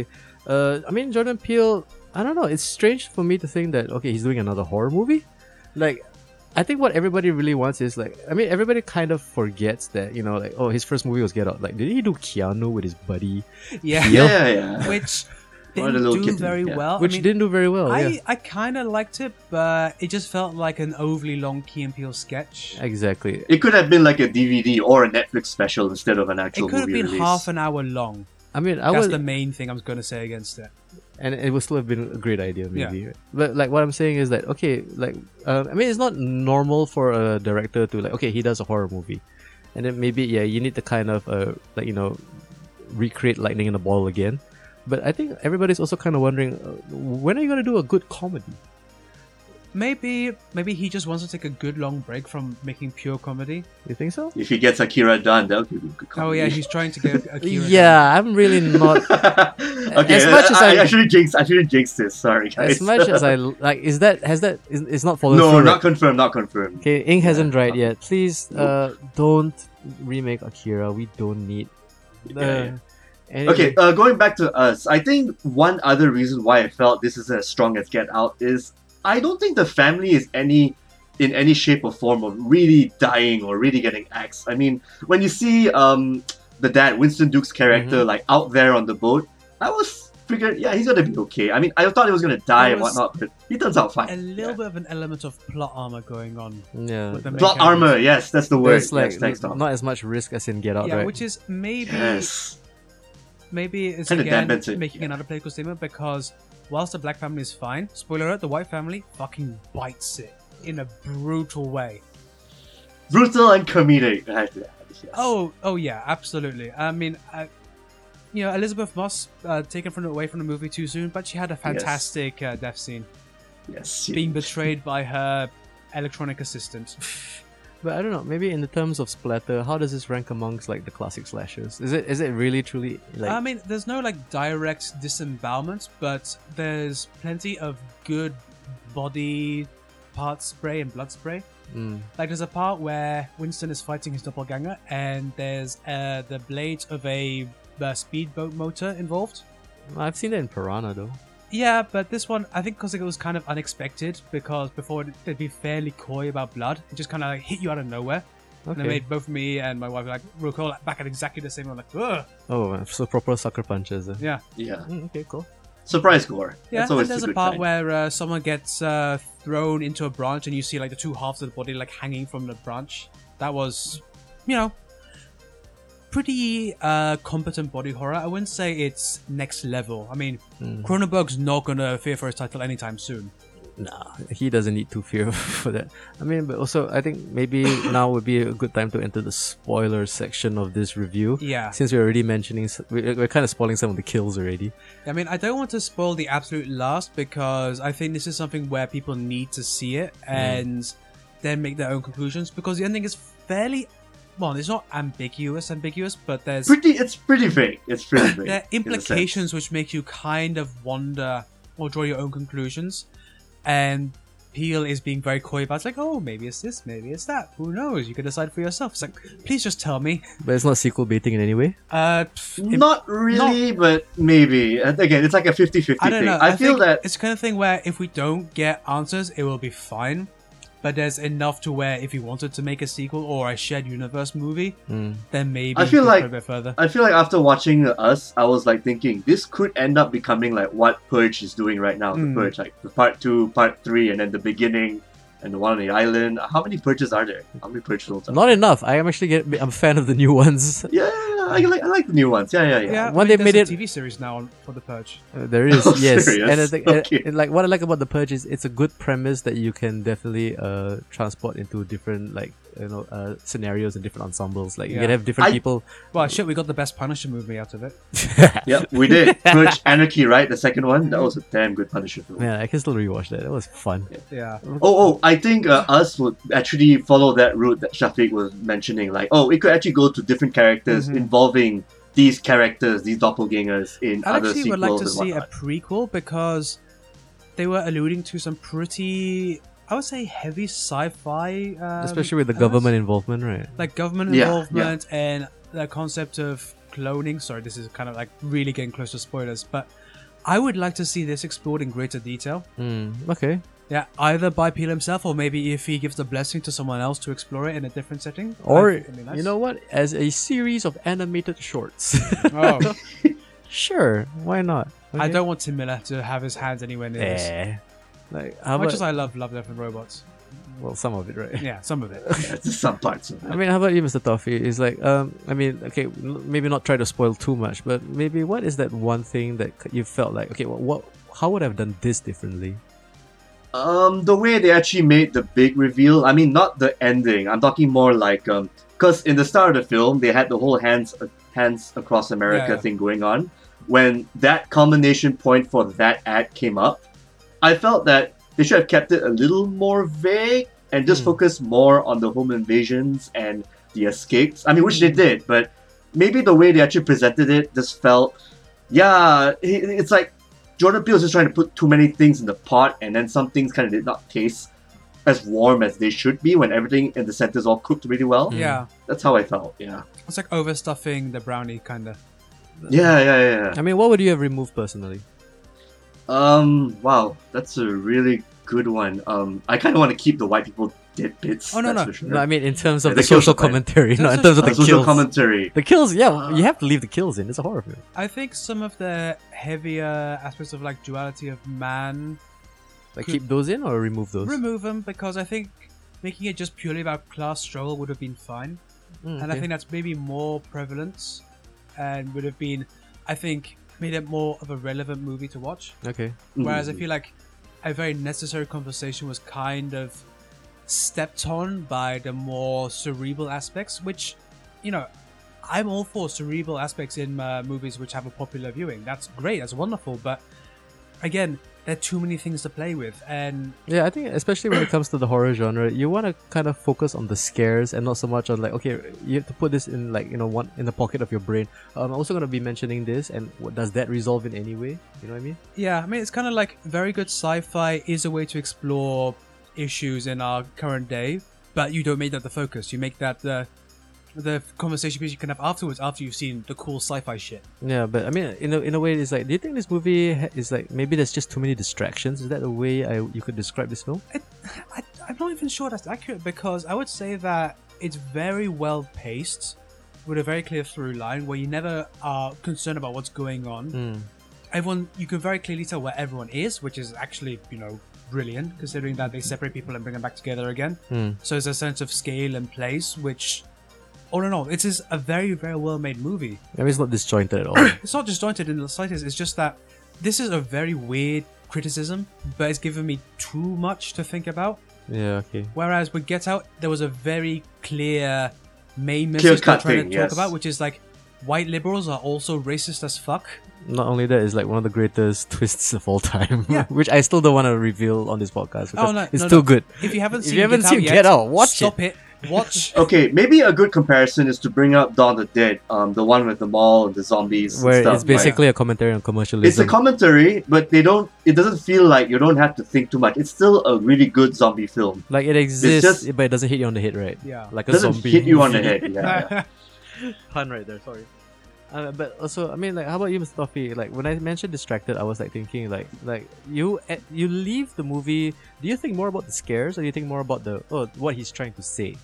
C: uh, I mean, Jordan Peele. I don't know. It's strange for me to think that okay, he's doing another horror movie. Like, I think what everybody really wants is like, I mean, everybody kind of forgets that you know, like, oh, his first movie was Get Out. Like, did he do Keanu with his buddy,
A: Yeah,
C: Yeah.
B: Yeah, yeah.
A: which
B: What a
A: didn't
B: little
A: do
B: kitten,
A: very
B: yeah.
A: well. Uh, I
C: which
A: mean,
C: didn't do very well? Oh, yeah,
A: I, I kind of liked it, but it just felt like an overly long Key and Peele sketch.
C: exactly.
B: It could have been like a DVD or a Netflix special instead of an actual
A: It could have
B: movie
A: been
B: release.
A: half an hour long.
C: I mean, I
A: That's
C: was
A: the main thing I'm going to say against it.
C: and it would still have been a great idea
A: Yeah.
C: maybe but like what i'm saying is that okay like um, i mean it's not normal for a director to like okay he does a horror movie and then maybe yeah you need to kind of uh, like you know recreate lightning in a bottle again but i think everybody's also kind of wondering uh, when are you going to do a good comedy
A: Maybe maybe he just wants to take a good long break from making pure comedy.
C: you think so
B: If he gets Akira done, that would be a good
A: Oh yeah,
B: comedy.
A: he's trying to get Akira. done.
C: yeah i'm really not
B: okay,
C: As much as
B: I,
C: I-
B: I, I shouldn't jinx. I shouldn't jinx this. Sorry, guys.
C: as much as i like is that has that is, it's not followed
B: no,
C: through
B: not confirmed. Not confirmed.
C: Okay, ink hasn't
B: Yeah.
C: dried yet. Please, uh, don't remake Akira. We don't need. Uh,
B: Yeah,
C: anyway.
B: Okay, uh, going back to us, I think one other reason why I felt this isn't as strong as Get Out is I don't think the family is any in any shape or form of really dying or really getting axed. I mean, when you see um, the dad, Winston Duke's character,
A: Mm-hmm.
B: like out there on the boat, I was figured, yeah, he's gonna be okay. I mean, I thought he was gonna die
A: There
B: and
A: was
B: whatnot, but he turns out fine.
A: A little
B: Yeah.
A: bit of an element of plot armor going on.
C: Yeah.
A: With the
B: Plot
A: main characters.
B: armor, yes, that's the word.
C: There's like
B: yes, thanks, Tom.
C: not as much risk as in Get Out,
A: Yeah,
C: right?
A: which is maybe
B: Yes.
A: maybe it's
B: Kinda
A: again
B: dampens it,
A: making
B: yeah.
A: another political statement because whilst the black family is fine, spoiler alert, the white family fucking bites it in a brutal way.
B: Brutal and comedic. I- yes.
A: Oh, oh yeah, absolutely. I mean, I, you know, Elizabeth Moss uh, taken from away from the movie too soon, but she had a fantastic uh, death scene,
B: yes.
A: being betrayed by her electronic assistant.
C: but I don't know. Maybe in the terms of splatter, how does this rank amongst like the classic slashers? Is it is it really truly like?
A: I mean, there's no like direct disembowelment, but there's plenty of good body part spray and blood spray.
C: Mm.
A: Like there's a part where Winston is fighting his doppelganger, and there's uh, the blades of a, uh speedboat motor involved.
C: I've seen that in Piranha though.
A: Yeah, but this one I think because it was kind of unexpected because before they'd be fairly coy about blood, it just kind of like hit you out of nowhere. And
C: Okay.
A: it made both me and my wife like recoil like, back at exactly the same. I'm like, ugh,
C: Oh, so proper sucker punches. eh?
A: yeah.
B: Yeah.
C: Mm, okay, cool.
B: Surprise gore.
A: Yeah,
B: That's always
A: and there's
B: a
A: a,
B: good
A: part
B: sign.
A: where uh, someone gets uh, thrown into a branch, and you see like the two halves of the body like hanging from the branch. That was, you know, pretty uh, competent body horror. I wouldn't say it's next level. I mean,
C: Mm.
A: Cronenberg's not gonna fear for his title anytime soon.
C: Nah, he doesn't need to fear for that. I mean, but also I think maybe now would be a good time to enter the spoiler section of this review.
A: Yeah,
C: Since we're already mentioning, s- we're, we're kind of spoiling some of the kills already.
A: I mean, I don't want to spoil the absolute last because I think this is something where people need to see it
B: Hmm.
A: and then make their own conclusions because the ending is fairly. Well, it's not ambiguous, ambiguous, but there's
B: Pretty. It's pretty vague. It's pretty vague.
A: there are
B: in a sense.
A: implications which make you kind of wonder or draw your own conclusions. And Peel is being very coy about it. it's like, oh, maybe it's this, maybe it's that. Who knows? You can decide for yourself. It's like, please just tell me.
C: But it's not sequel baiting in any way.
A: Uh, pff, it-
B: Not really, but maybe. And Again, it's like a 50-50
A: I don't
B: thing.
A: know.
B: I, feel
A: think
B: that
A: it's the kind of thing where if we don't get answers, it will be fine. But there's enough to where if you wanted to make a sequel or a shared universe movie,
C: Mm.
A: then maybe
B: I
A: you
B: feel
A: could go
B: like-
A: a bit further.
B: I feel like after watching Us, I was like thinking this could end up becoming like what Purge is doing right now.
A: Mm.
B: The Purge, like the part two, part three, and then the beginning, and the one on the island. How many Purges are there? How many Purge films are?
C: Not enough. I am actually get, I'm a fan of the new ones. Uh,
B: there? yeah, I like I like the new ones. Yeah, yeah, yeah.
A: yeah,
C: When
A: I mean,
C: they made
A: there's a
C: it-
A: TV series now on, for the Purge.
C: Uh, there is
B: Oh,
C: yes,
B: serious?
C: and I think
B: Okay.
C: and- and, like what I like about the purge is it's a good premise that you can definitely uh transport into different like you know uh scenarios and different ensembles. Like you can
A: Yeah.
C: have different
B: I-
C: people.
A: Well, shit, we got the best Punisher movie out of it.
B: Yep, we did. Purge Anarchy, right? The second one. That was a damn good Punisher film.
C: Man, I can still rewatch that. That was fun.
A: Yeah.
B: Oh, oh, I think uh, us would actually follow that route that Shafiq was mentioning. Like, oh, it could actually go to different characters
A: Mhm.
B: involving these characters, these doppelgangers in
A: I
B: other
A: actually would
B: sequels
A: like to
B: and
A: see a
B: whatnot.
A: prequel because they were alluding to some pretty, I would say, heavy sci-fi, um,
C: Especially with the
A: elements.
C: government involvement, right?
A: like government
B: Yeah, yeah.
A: involvement and the concept of cloning. Sorry, this is kind of like really getting close to spoilers, but I would like to see this explored in greater detail.
B: Hmm.
C: Mm, okay.
A: Yeah, either by Peel himself or maybe if he gives the blessing to someone else to explore it in a different setting.
C: Or
A: I think it'd be nice.
C: you know what? As a series of animated shorts.
A: Oh,
C: sure, why not?
A: I
C: Okay.
A: don't want Tim Miller to have his hands anywhere near this.
C: Eh. Like how
A: How much
C: about,
A: as I love Love, Death, and Robots,
C: well some of it, right?
A: yeah, some of it.
B: Yeah, just some parts of it.
C: I mean, how about you, Mr. Toffee? Is like, um, I mean, okay, n- maybe not try to spoil too much, but maybe what is that one thing that c- you felt like, okay, what, what how would I have done this differently?
B: Um, the way they actually made the big reveal. I mean, not the ending. I'm talking more like um, because in the start of the film they had the whole hands uh, hands across America
A: Yeah.
B: thing going on. When that culmination point for that ad came up, I felt that they should have kept it a little more vague and just
C: Hmm.
B: focus more on the home invasions and the escapes. I mean, which they did, but maybe the way they actually presented it just felt, yeah, it- it's like Jordan Peele is just trying to put too many things in the pot, and then some things kind of did not taste as warm as they should be when everything in the center is all cooked really well.
C: Mm.
A: Yeah,
B: That's how I felt. Yeah.
A: it's like overstuffing the brownie, kind of.
B: Yeah, yeah, yeah.
C: I mean, what would you have removed personally?
B: Um. Wow, that's a really good one. Um. I kind of want to keep the white people dead bits.
A: Oh, no,
B: that's
A: no.
B: For sure.
C: No, I mean, in terms of
B: Yeah,
C: the,
B: the kills
C: social
B: are fine.
C: commentary,
A: The
C: not
A: social-
C: in
A: Uh,
C: terms of
B: Uh,
C: the
B: social
C: kills.
B: commentary.
C: the kills, yeah, you have to leave the kills in. It's a horror film.
A: I think some of the heavier aspects of like duality of man
C: Like,
A: Could-
C: keep those in or remove those.
A: remove them because I think making it just purely about class struggle would have been fine,
C: Mm,
A: and I
C: okay.
A: think that's maybe more prevalent and would have been, I think, made it more of a relevant movie to watch.
C: okay,
B: Mm.
A: Whereas I feel like a very necessary conversation was kind of stepped on by the more cerebral aspects, which, you know, I'm all for cerebral aspects in uh, movies which have a popular viewing. That's great, that's wonderful, but again, there are too many things to play with, and
C: yeah, I think especially when it comes to the horror genre, you want to kind of focus on the scares and not so much on like, okay, you have to put this in like you know one in the pocket of your brain. Um, I'm also gonna be mentioning this, and what, does that resolve in any way? You know what I mean?
A: Yeah, I mean, it's kind of like very good sci fi is a way to explore issues in our current day, but you don't make that the focus. You make that the the conversation piece you can have afterwards after you've seen the cool sci-fi shit.
C: Yeah, but I mean, in a, in a way, it's like, do you think this movie ha- is like maybe there's just too many distractions? Is that the way I, you could describe this film?
A: I, I'm not even sure that's accurate because I would say that it's very well paced with a very clear through line where you never are concerned about what's going on.
C: Hmm.
A: Everyone, you can very clearly tell where everyone is, which is actually, you know, brilliant considering that they separate people and bring them back together again.
C: Mm.
A: So there's a sense of scale and place, which, all in all, it is a very, very well made movie
C: I mean, it's not disjointed at all.
A: it's not disjointed in the slightest. It's just that this is a very weird criticism, but it's given me too much to think about.
C: yeah, okay.
A: Whereas with Get Out, there was a very clear main message they're
B: Clear-cut
A: trying
B: thing,
A: to talk
B: yes.
A: about, which is like white liberals are also racist as fuck.
C: Not only that, it's like one of the greatest twists of all time,
A: Yeah.
C: which I still don't want to reveal on this podcast because
A: Oh, no,
C: it's
A: no,
C: too
A: no.
C: good.
A: If you haven't
C: If you
A: seen,
C: haven't
A: Get,
C: seen
A: out yet,
C: Get Out, watch
A: stop it. Watch.
B: Okay, maybe a good comparison is to bring up Dawn of the Dead, um, the one with the mall and the zombies. and
C: Where
B: stuff,
C: it's
B: right?
C: basically a commentary on commercialism.
B: It's a commentary, but they don't. It doesn't feel like you don't have to think too much. It's still a really good zombie film.
C: like it exists,
B: just-
C: but it doesn't hit you on the head, right?
A: Yeah.
C: Like
B: It
C: a
B: doesn't
C: zombie.
B: hit you on the
C: movie.
B: head. Yeah,
C: pun right there. Sorry. Uh, but also, I mean, like, how about you, Mr. Toffee? Like, when I mentioned distracted, I was like thinking, like, like you eh, you leave the movie. Do you think more about the scares, or do you think more about the oh, what he's trying to say?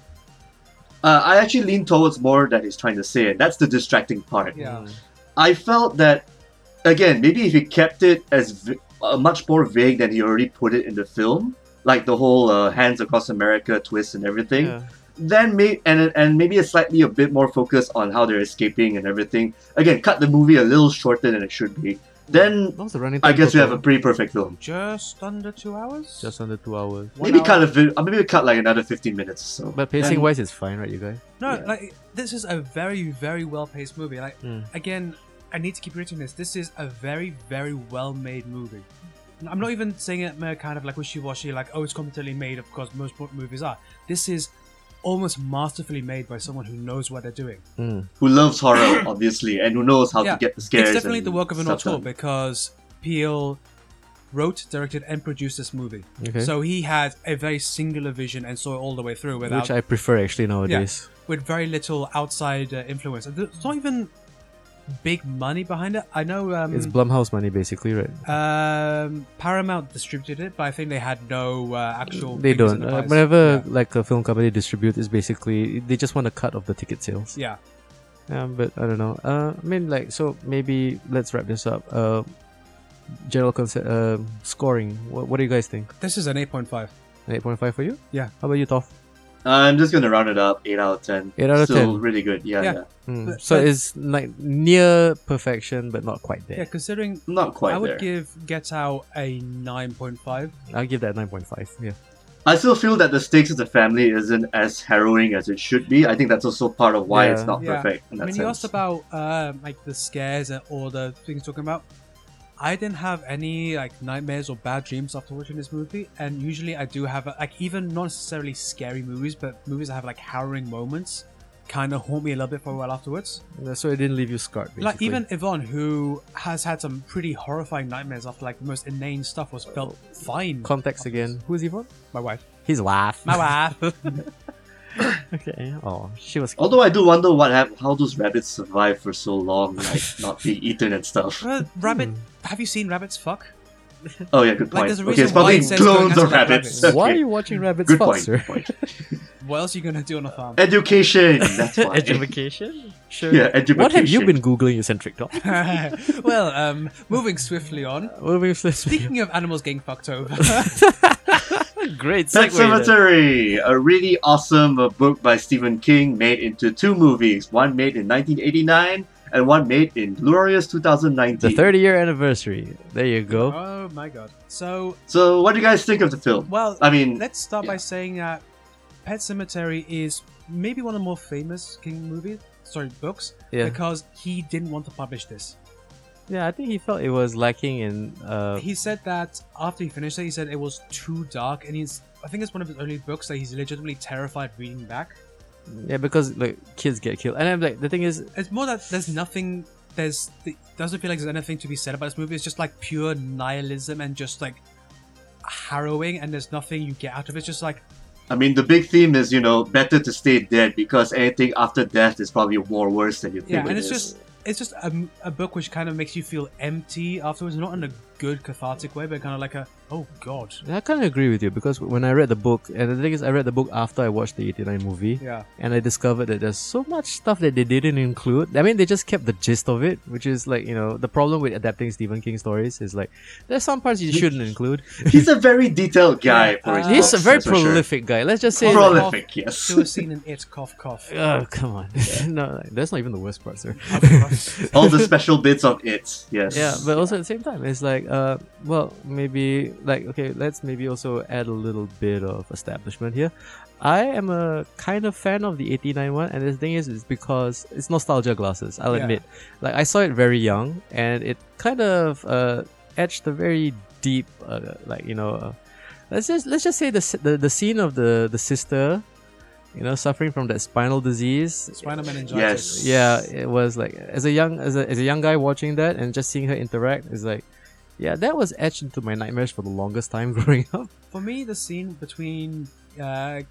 B: Uh, I actually lean towards more that he's trying to say, and that's the distracting part.
A: Yeah.
C: Mm.
B: I felt that again, maybe if he kept it as v- uh, much more vague than he already put it in the film, like the whole uh, hands across America twist and everything,
C: Yeah.
B: then may and and maybe a slightly a bit more focus on how they're escaping and everything. Again, cut the movie a little shorter than it should be. Then
C: What was the running?
B: I
C: time
B: guess
C: for
B: we have a
C: film?
B: pretty perfect film.
A: Just under two hours.
C: just under two hours.
A: One
B: Maybe
A: hour.
B: cut a vi- uh, maybe cut like another fifteen minutes. Or so,
C: But pacing
B: And-
C: wise, it's fine, right, you guys?
A: No,
B: Yeah.
A: like this is a very, very well paced movie. Like
C: Mm.
A: again, I need to keep reiterating this. This is a very, very well made movie. I'm not even saying it in a kind of like wishy washy, like oh, it's competently made. Of course, most mo- movies are. This is almost masterfully made by someone who knows what they're doing.
C: Mm.
B: who loves horror obviously and who knows how
A: Yeah,
B: to get the scares.
A: it's definitely
B: and
A: the work of an
B: stuff
A: auteur
B: done.
A: because Peel wrote, directed, and produced this movie.
C: Okay.
A: So he had a very singular vision and saw it all the way through without
C: Which I prefer actually nowadays.
A: with very little outside uh, influence. And There's not even big money behind it. I know um,
C: It's Blumhouse money, basically, right?
A: um, Paramount distributed it, but I think they had no uh, actual.
C: They
A: fingers in
C: don't.
A: the
C: Uh,
A: pies.
C: whenever like a film company distributes, it's basically they just want a cut of the ticket sales.
A: Yeah.
C: Um, but I don't know. Uh, I mean, like, so maybe let's wrap this up. Uh, general concept, uh, scoring. What, what do you guys think?
A: yeah. This is an 8.5.
C: An eight point five for you?
A: Yeah.
C: How about you, Toff?
B: I'm just gonna round it up. Eight out of ten.
C: 8 out of
B: Still
C: 10.
B: really good. Yeah,
A: Yeah.
B: yeah,
C: Hmm.
A: But-
C: so
A: but-
C: it's like near perfection, but not quite
A: Yeah,
C: there.
A: considering
B: Not quite
A: I would
B: there.
A: give Get Out a 9.5.
C: I'll give that nine point five. Yeah.
B: I still feel that the stakes of the family isn't as harrowing as it should be. I think that's also part of why
C: Yeah.
B: it's not
A: Yeah.
B: perfect. In
A: I
B: that
A: mean, you
B: sense.
A: asked about um, like the scares and all the things you're talking about. I didn't have any like nightmares or bad dreams after watching this movie, and usually I do have like even not necessarily scary movies, but movies that have like harrowing moments, kind of haunt me a little bit for a while afterwards.
C: Uh, So it didn't leave you scarred. Basically.
A: Like even Yvonne, who has had some pretty horrifying nightmares after like the most inane stuff, was felt fine.
C: Oh. context again. Who's Yvonne?
A: My wife,
C: His wife.
A: my wife.
C: okay. Oh, she was.
B: Although I do wonder what hap- how those rabbits survive for so long, like not being eaten and stuff.
A: Uh, Rabbit,
C: Hmm.
A: have you seen rabbits fuck?
B: Oh yeah, good
A: Like,
B: point.
A: there's a
B: okay, it's
A: reason why
B: probably
A: it says going
B: clones
A: after
B: of
A: that
B: rabbits.
A: rabbit.
C: Why are
B: Okay.
C: you watching rabbits
B: Good
C: fuck,
B: point.
C: sir?
B: Good point.
A: What else are you gonna do on a farm?
B: Education. That's why.
C: education? Sure.
B: yeah, education.
C: What have you been googling, eccentric dog?
A: well, um, moving swiftly on.
C: What have you
A: Speaking of animals getting fucked over,
C: Great
B: Pet
C: segue. then.
B: Cemetery, a really awesome uh, book by Stephen King, made into two movies. One made in 1989 and one made in glorious 2019.
C: The 30 year anniversary. There you go.
A: oh my god! So,
B: So, what do you guys think of the film?
A: well,
B: I mean,
A: let's start by
B: yeah.
A: saying that Pet Cemetery is maybe one of the more famous King movies, sorry, books,
C: Yeah.
A: because he didn't want to publish this.
C: Yeah, I think he felt it was lacking in. Uh,
A: He said that after he finished it, he said it was too dark, and he's. I think it's one of his only books that he's legitimately terrified reading back.
C: yeah, because like kids get killed, and I'm like, the thing is,
A: It's more that there's nothing. There's it doesn't feel like there's anything to be said about this movie. It's just like pure nihilism and just like harrowing and there's nothing you get out of it. It's just like
B: I mean, the big theme is you know better to stay dead because anything after death is probably more worse than you think.
A: yeah,
B: it
A: and it's
B: is.
A: just it's just a, a book which kind of makes you feel empty afterwards, not in a good cathartic way, but kind of like a oh god,
C: And I kind of agree with you because when I read the book, and the thing is, I read the book after I watched the 89 movie,
A: yeah,
C: and I discovered that there's so much stuff that they didn't include. I mean, they just kept the gist of it, which is like, you know, the problem with adapting Stephen King stories is like, there's some parts you shouldn't include.
B: he's a very detailed guy for his
A: Uh,
C: He's a
B: books,
C: very
B: that's for sure.
C: prolific guy. Let's just say.
A: Proli-
C: Like,
B: Prolific, yes.
A: to a scene in it, cough cough.
C: oh, come on. no, that's not even the worst part, sir.
B: All the special bits of it, yes.
C: yeah but also at the same time it's like uh well maybe like okay let's maybe also add a little bit of establishment here i am a kind of fan of the 89 one and the thing is it's because it's nostalgia glasses i'll
A: Yeah.
C: admit like i saw it very young and it kind of uh etched a very deep uh, like you know uh, let's just let's just say the, s- the the scene of the the sister you know suffering from that spinal disease
A: Spinal meningitis.
B: Yes.
C: yeah it was like as a young as a, as a young guy watching that and just seeing her interact is like yeah that was etched into my nightmares for the longest time growing up
A: For me, the scene between uh,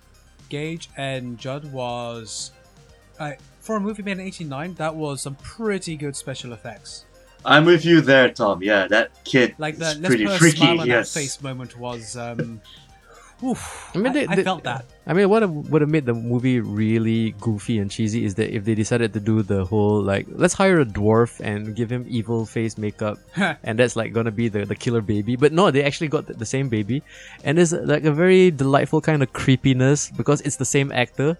A: Gage and Judd was, uh, for a movie made in '89, that was some pretty good special effects.
B: I'm with you there, Tom. Yeah, that kid
A: Like
B: is
A: the let's
B: pretty
A: put a
B: freaky,
A: smile on
B: yes.
A: that face moment was. Um, oof,
C: I mean, they-
A: I
C: they-
A: felt that.
C: I mean, what would have made the movie really goofy and cheesy is that if they decided to do the whole like, let's hire a dwarf and give him evil face makeup, and that's like gonna be the, the killer baby. But no, they actually got the, the same baby, and it's like a very delightful kind of creepiness because it's the same actor,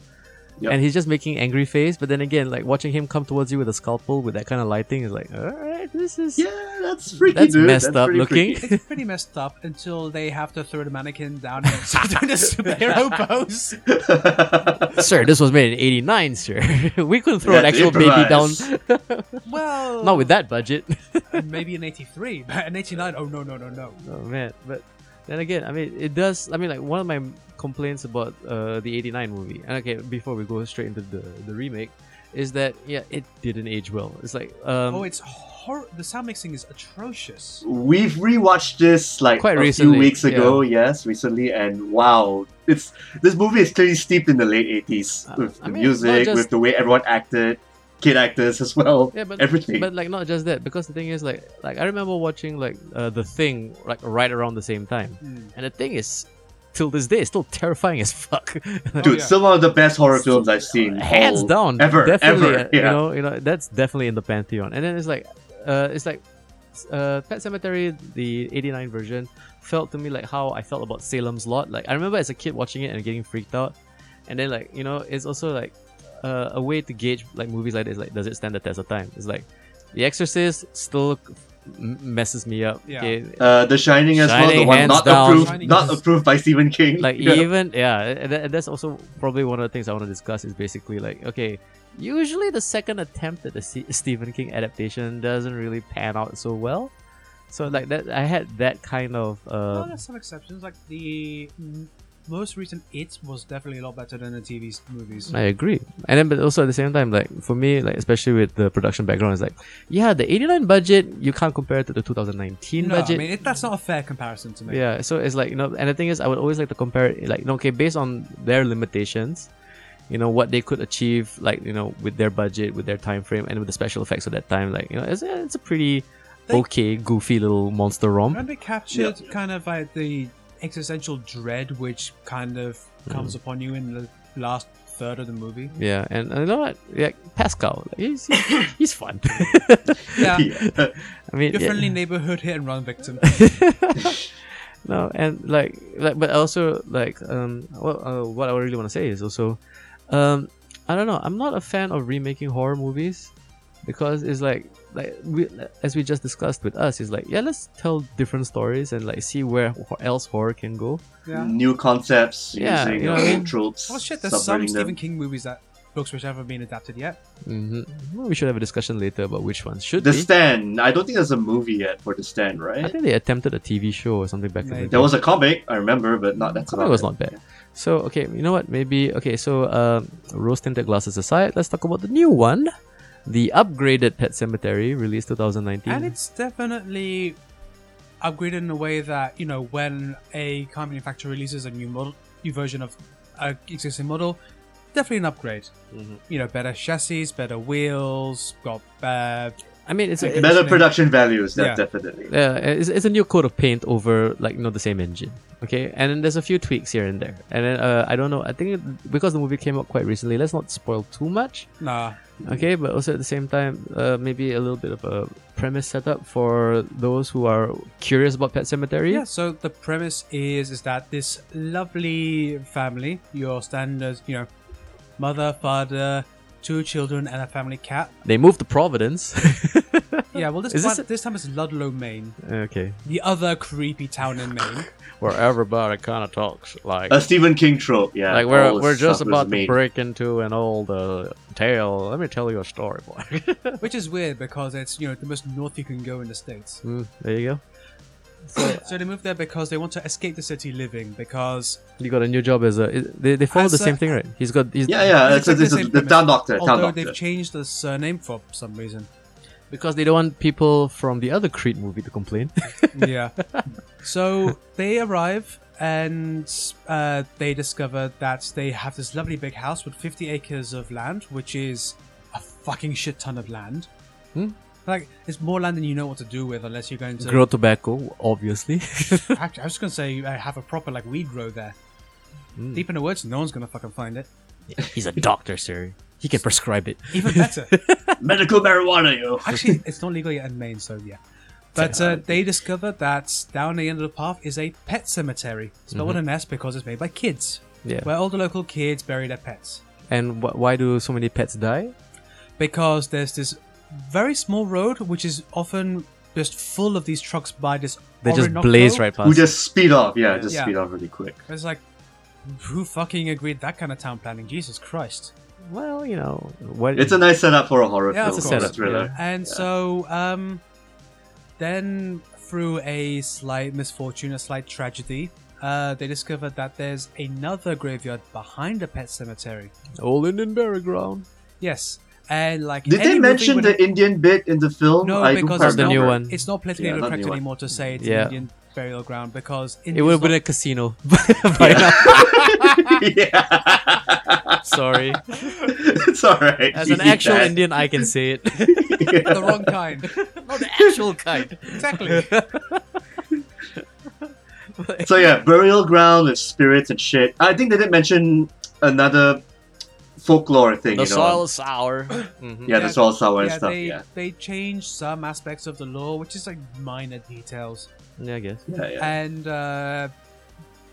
B: Yep.
C: and he's just making angry face. But then again, like watching him come towards you with a scalpel with that kind of lighting is like, all right, this is
B: Yeah, that's freaky,
C: that's
B: dude.
C: messed
B: that's
C: up
B: pretty
C: looking.
B: freaky.
A: It's pretty messed up until they have to throw the mannequin down and start doing the superhero pose.
C: sir, this was made in '89, sir. we couldn't throw
B: Yeah,
C: an
B: they
C: actual baby down,
B: improvise.
A: Well,
C: not with that budget.
A: maybe in '83, but in '89, oh no, no, no, no.
C: Oh man, but then again, I mean, it does. I mean, like one of my complaints about uh, the '89 movie, and okay, before we go straight into the the remake, is that yeah, it didn't age well. It's like um,
A: oh, it's hor- the sound mixing is atrocious.
B: We've rewatched this like
C: Quite
B: a
C: recently,
B: few weeks ago, yes, recently, and wow, it's this movie is clearly steeped in the late '80s
C: Uh,
B: with
C: I
B: the
C: mean, not
B: music,
C: just-
B: with the way everyone acted, kid actors as well,
C: yeah, but
B: everything.
C: but like not just that because the thing is like like I remember watching like uh, the thing like right around the same time,
A: Mm.
C: and the thing is. Till this day, it's still terrifying as fuck. Like,
A: Oh,
B: Dude,
A: yeah.
B: still one of the best horror films I've seen.
C: hands
B: all-
C: down
B: ever, ever,
C: definitely uh, you
B: yeah.
C: know you know that's definitely in the pantheon and then it's like uh it's like uh pet cemetery the 89 version felt to me like how i felt about salem's lot like i remember as a kid watching it and getting freaked out and then like you know it's also like uh, a way to gauge like movies like this like does it stand the test of time it's like the exorcist still m- messes me up
A: Yeah.
C: okay?
B: Uh, the Shining as well, the
C: Shining,
B: one
C: hands
B: not
C: down.
B: approved,
A: Shining
B: not
A: is-
B: approved by Stephen King.
C: like
B: Yeah.
C: even yeah and tha- and that's also probably one of the things i want to discuss is basically like okay usually the second attempt at the C- stephen king adaptation doesn't really pan out so well so like that i had that kind of
A: Well,
C: uh
A: Oh, there's some exceptions. Like the m- most recent It was definitely a lot better than the TV's movies.
C: I agree, and then but also at the same time, like for me, like especially with the production background, it's like, yeah, the eighty nine budget you can't compare it to the two thousand nineteen
A: no, I
C: budget.
A: mean it, that's not a fair comparison to me.
C: Yeah, so it's like you know, and the thing is, I would always like to compare it, like you know, okay, based on their limitations, you know, what they could achieve, like you know, with their budget, with their time frame, and with the special effects of that time, like you know, it's, it's a pretty
A: They-
C: okay, goofy little monster romp.
A: And it captured kind of like the existential dread which kind of
C: Mm.
A: comes upon you in the last third of the movie.
C: Yeah, and uh, you know what? Yeah, Pascal, like, he's he's, he's fun.
A: Yeah.
B: Yeah.
C: I mean,
A: Your
C: yeah.
A: friendly neighborhood hit and run victim.
C: no and like like but also like um what uh, what i really want to say is also um i don't know i'm not a fan of remaking horror movies because it's like like we as we just discussed with us it's like yeah let's tell different stories and like see where ho- else horror can go
A: Yeah.
B: New concepts,
C: Yeah,
B: using
C: you know
B: uh,
C: what I mean?
B: tropes,
A: Oh shit, there's some
B: subverting
A: Stephen
B: them.
A: King movies that books which haven't been adapted yet.
C: hmm we should have a discussion later about which ones should
B: The
C: be
B: Stand. I don't think there's a movie yet for The Stand,
C: i
B: right?
C: think they attempted a tv show or something back in the
A: Maybe.
C: day
B: There was a comic, I remember, but not Oh, that's
C: Comic
B: about
C: was
B: it.
C: not bad. So okay, you know what? Maybe okay. So um, rose tinted glasses aside, let's talk about the new one, the upgraded Pet Cemetery, released 2019.
A: And it's definitely upgraded in a way that you know when a car manufacturer releases a new model, new version of an existing model, definitely an upgrade.
C: hmm
A: You know, better chassis, better wheels, got uh,
C: I mean, it's a, it's,
B: Better production values, that
A: Yeah.
B: definitely.
C: yeah, it's, it's a new coat of paint over like you know the same engine. Okay, and then there's a few tweaks here and there, and then uh, I don't know. I think it, because the movie came out quite recently, let's not spoil too much.
A: nah,
B: Mm-hmm.
C: Okay, but also at the same time, uh, maybe a little bit of a premise setup for those who are curious about Pet Cemetery.
A: Yeah, so the premise is is that this lovely family, your standard, you know, mother, father, two children, and a family cat.
C: They moved to Providence.
A: Yeah, well, this
C: Is
A: time,
C: this
A: this,
C: a-
A: time it's Ludlow, Maine,
C: okay,
A: the other creepy town in Maine.
C: where everybody kind of talks like
B: A Stephen King trope, yeah.
C: like we're,
B: all
C: we're just
B: stuff was
C: about to
B: made.
C: break into an old uh, tale. Let me tell you a story, boy.
A: which is weird because it's you know the most north you can go in the states.
C: Mm, there you go.
A: So they moved there because they want to escape the city living because
C: You got a new job as a. is- They, they follow
A: As
C: the
A: a-
C: same thing, right? He's got. He's,
B: Yeah, yeah,
A: It's
B: it's,
A: like
B: it's,
A: the
B: a-
A: same
B: the
A: premise.
B: town doctor, town
A: although
B: doctor.
A: they've changed the surname for some reason.
C: Because they don't want people from the other Creed movie to complain.
A: yeah. So they arrive and uh, they discover that they have this lovely big house with 50 acres of land, which is a fucking shit ton of land.
C: Hmm.
A: Like, it's more land than you know what to do with unless you're going to.
C: Grow tobacco, obviously.
A: Actually, I was going to say, uh, have a proper, like, weed grow there.
C: Hmm.
A: Deep in the woods, no one's going to fucking find it.
C: He's a doctor, sir. He can prescribe it.
A: Even better.
B: Medical marijuana, yo.
A: Actually, it's not legal yet in Maine, so yeah. But uh, they discover that down the end of the path is a pet cemetery. Spelled with an S because it's made by kids.
C: Mm-hmm. Yeah.
A: where all the local kids bury their pets
C: And wh- why do so many pets die?
A: because there's this very small road which is often just full of these trucks by this
C: They just
A: Orinoco.
C: blaze right past.
B: Who just speed off, yeah, just
A: Yeah.
B: speed off really quick.
A: it's like who fucking agreed that kind of town planning jesus christ
C: well, you know, what?
B: It's a nice setup for a horror
A: Yeah,
B: film,
A: it's a
B: or
C: setup,
B: thriller.
A: and so um then through a slight misfortune a slight tragedy uh, they discover that there's another graveyard behind the pet cemetery
C: old Indian burial ground.
A: yes and like
B: Did
A: any
B: they
A: movie
B: mention
A: would-
B: the Indian bit in the film?
A: No,
B: I do
A: because
B: quite
A: it's the
C: new
B: remember.
C: one.
A: It's not politically
B: Yeah, not
A: correct
B: new one.
A: anymore to say it's
C: Yeah.
A: an Indian burial ground because
C: It
A: India's
C: would have been
A: not-
C: a casino. by now.
B: yeah.
C: Sorry.
B: it's alright.
C: As
B: You
C: an
B: did
C: actual
B: that.
C: Indian, I can say it.
B: Yeah.
A: the wrong kind.
C: Not the actual kind.
A: exactly.
B: So yeah, burial ground with spirits and shit. I think they did mention another folklore thing.
C: the
B: you know.
C: soil is sour. Mhm.
B: Yeah, the
A: Yeah,
B: soil sour and
A: yeah,
B: stuff.
A: they
B: Yeah.
A: they changed some aspects of the law, which is like minor details.
C: yeah, I guess.
B: yeah, yeah.
A: And uh,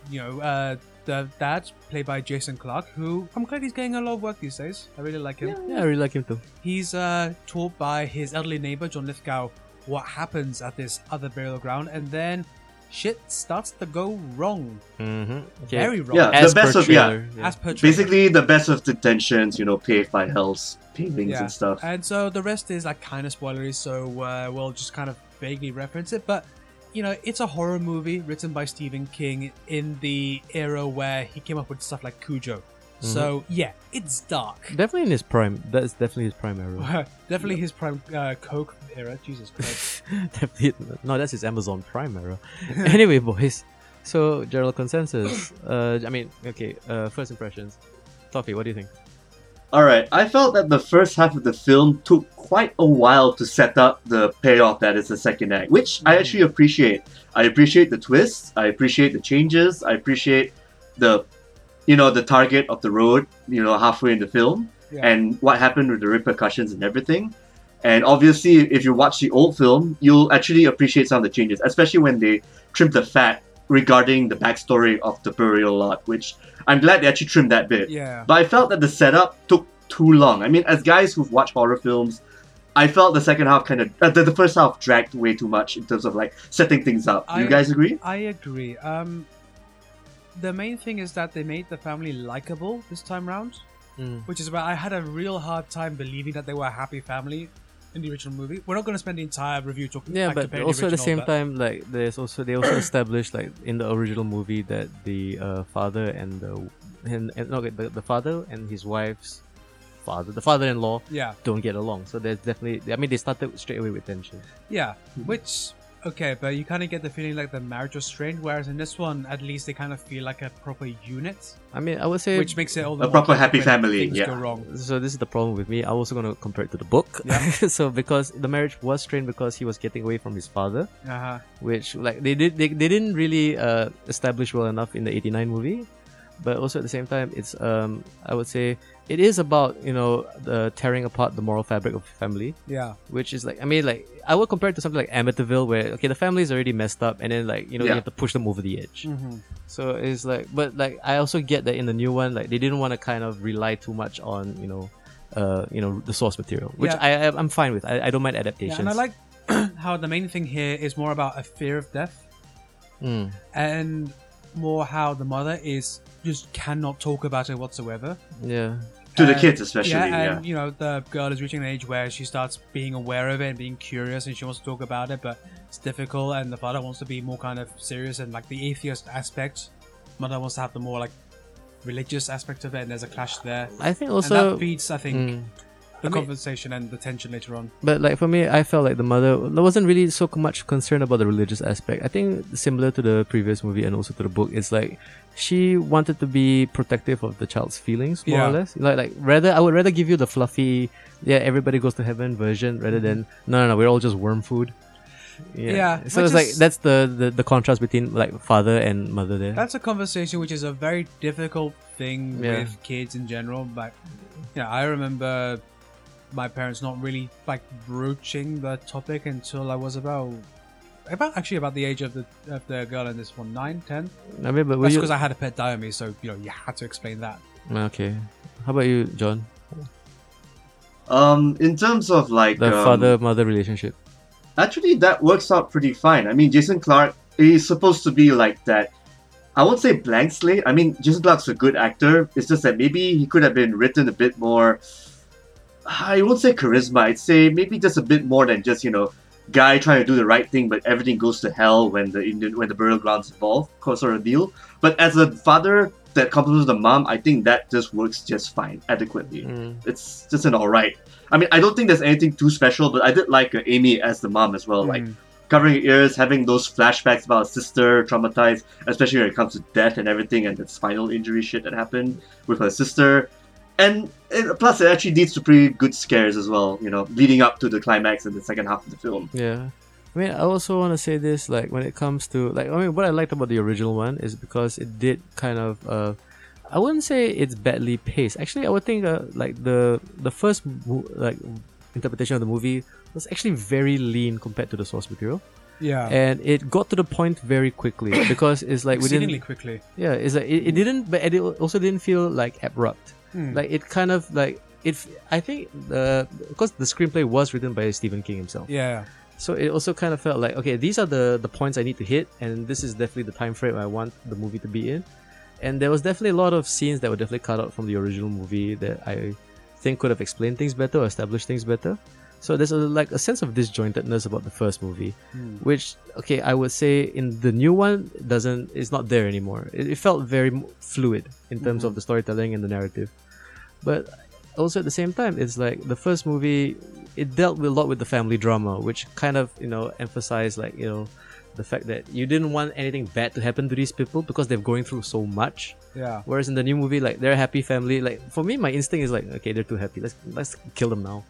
A: you know, uh, the dad played by Jason Clark, who I'm glad he's getting a lot of work these days. I really like him.
C: Yeah, I really like him too.
A: He's uh, taught by his elderly neighbor John Lithgow what happens at this other burial ground, and then shit starts to go wrong,
C: Mm-hmm.
A: very wrong.
B: Yeah.
C: As
B: The best
C: per
B: of- yeah.
C: trailer,
A: As per trailer.
B: Basically, the best of detentions, you know, paved by hell's pavings
A: Yeah.
B: and stuff.
A: And so the rest is like kind of spoilery, so uh, we'll just kind of vaguely reference it. But you know, it's a horror movie written by Stephen King in the era where he came up with stuff like Cujo. So yeah, it's dark.
C: Definitely in his prime. That is definitely his prime era.
A: Definitely his prime uh, Coke era. Jesus Christ.
C: Definitely- no, that's his Amazon Prime era. anyway, boys. So general consensus. Uh, I mean, okay. Uh, first impressions. Toffee, what do you think?
B: Alright, I felt that the first half of the film took quite a while to set up the payoff that is the second act, which I actually appreciate. I appreciate the twists, I appreciate the changes, I appreciate the you know, the target of the road, you know, halfway in the film
A: Yeah.
B: and what happened with the repercussions and everything. And obviously if you watch the old film, you'll actually appreciate some of the changes, especially when they trimmed the fat regarding the backstory of the burial lot, which I'm glad they actually trimmed that bit.
A: yeah.
B: But I felt that the setup took too long. I mean, as guys who've watched horror films, I felt the second half kind of uh, the, the first half dragged way too much in terms of like setting things up. Do
A: I-
B: you guys agree?
A: I agree. Um, the main thing is that they made the family likable this time round. which is where I had a real hard time believing that they were a happy family in the original movie. We're not going to spend the entire review talking.
C: Yeah,
A: like,
C: but
A: comparing
C: also at the
A: original,
C: same
A: but-
C: time, like there's also they also established like in the original movie that the uh, father and the and, and no, the, the father and his wife's father, the father-in-law,
A: Yeah,
C: don't get along. So there's definitely. I mean, they started straight away with tension.
A: yeah,
B: Mhm.
A: which Okay, but you kind of get the feeling like the marriage was strained, whereas in this one, at least they kind of feel like a proper unit,
C: I mean, I would say
A: which makes it all the
B: A
A: more
B: proper
A: like
B: happy
A: when
B: family,
A: Things
B: yeah.
A: go wrong.
C: so this is the problem with me. I was also gonna compare it to the book.
A: Yeah.
C: so because the marriage was strained because he was getting away from his father,
A: Uh-huh.
C: which like they did they, they didn't really uh, establish well enough in the '89 movie, but also at the same time, it's um I would say it is about you know the tearing apart the moral fabric of family,
A: Yeah.
C: which is like I mean like I would compare it to something like Amityville where okay the family's already messed up and then like you know you
B: Yeah.
C: have to push them over the edge.
A: Mm-hmm.
C: So it's like, but like I also get that in the new one, like they didn't want to kind of rely too much on you know, uh, you know the source material, which
A: Yeah.
C: I I- I'm fine with. I, I don't mind
A: yeah.
C: adaptations.
A: And I like how the main thing here is more about a fear of death
C: Mm.
A: and more how the mother is just cannot talk about it whatsoever.
C: Yeah.
B: To the
A: And-
B: kids, especially.
A: Yeah,
B: Yeah.
A: and you know the girl is reaching an age where she starts being aware of it and being curious, and she wants to talk about it, but it's difficult. And the father wants to be more kind of serious and like the atheist aspect. Mother wants to have the more like religious aspect of it, and there's a clash there.
C: I think
A: and
C: also.
A: that beats, I think,
C: Mm.
A: the
C: I mean-
A: conversation and the tension later on.
C: But like for me, I felt like the mother there wasn't really so much concern about the religious aspect. I think similar to the previous movie and also to the book, it's like she wanted to be protective of the child's feelings more or
A: Yeah.
C: less. Like like rather, I would rather give you the fluffy, yeah, everybody goes to heaven version rather than no no no, we're all just worm food.
A: Yeah,
C: so
A: which
C: it's like
A: is-
C: that's the, the the contrast between like father and mother there.
A: That's a conversation which is a very difficult thing
C: Yeah.
A: with kids in general. But you know, I remember my parents not really like broaching the topic until I was about about actually about the age of the of the girl in this one nine ten.
C: I mean, but were
A: That's
C: you Ah,
A: because I had a pet die on me, so you know you had to explain that.
C: okay? How about you, John?
B: Um, in terms of like
C: The
B: um,
C: father mother relationship.
B: actually that works out pretty fine. I mean, Jason Clark is supposed to be like that. I won't say blank slate. I mean, Jason Clark's a good actor. It's just that maybe he could have been written a bit more. I won't say charisma. I'd say maybe just a bit more than just you know, guy trying to do the right thing, but everything goes to hell when the Indian when the burial grounds involved, co- sort of deal. But as a father that compliments the mom, I think that just works just fine, adequately
C: Mm.
B: it's just an alright. I mean, I don't think there's anything too special, but I did like uh, Amy as the mom as well. Like
A: Mm.
B: covering her ears, having those flashbacks about her sister traumatized, especially when it comes to death and everything, and the spinal injury shit that happened with her sister. And it, plus, it actually leads to pretty good scares as well. You know, leading up to the climax and the second half of the film.
C: Yeah. I mean, I also want to say this, like, when it comes to, like, I mean, what I liked about the original one is because it did kind of, uh, I wouldn't say it's badly paced. Actually, I would think, uh, like, the the first, mo- like, interpretation of the movie was actually very lean compared to the source material.
A: Yeah,
C: And it got to the point very quickly because it's eh, like, we
A: exceedingly
C: didn't,
A: quickly.
C: yeah, it's like, it, it didn't, but it also didn't feel, like, abrupt
A: Mm.
C: like it kind of like it i think the because the screenplay was written by stephen king himself
A: yeah,
C: so it also kind of felt like okay these are the the points i need to hit and this is definitely the time frame i want the movie to be in and there was definitely a lot of scenes that were definitely cut out from the original movie that i think could have explained things better or established things better so there's a, like a sense of disjointedness about the first movie
A: Mm.
C: which okay i would say in the new one doesn't it's not there anymore it, it felt very m- fluid in terms of the storytelling and the narrative but also at the same time it's like the first movie it dealt with a lot with the family drama which kind of you know emphasized like you know the fact that you didn't want anything bad to happen to these people because they're going through so much
A: yeah.
C: whereas in the new movie like they're a happy family like for me my instinct is like okay they're too happy let's let's kill them now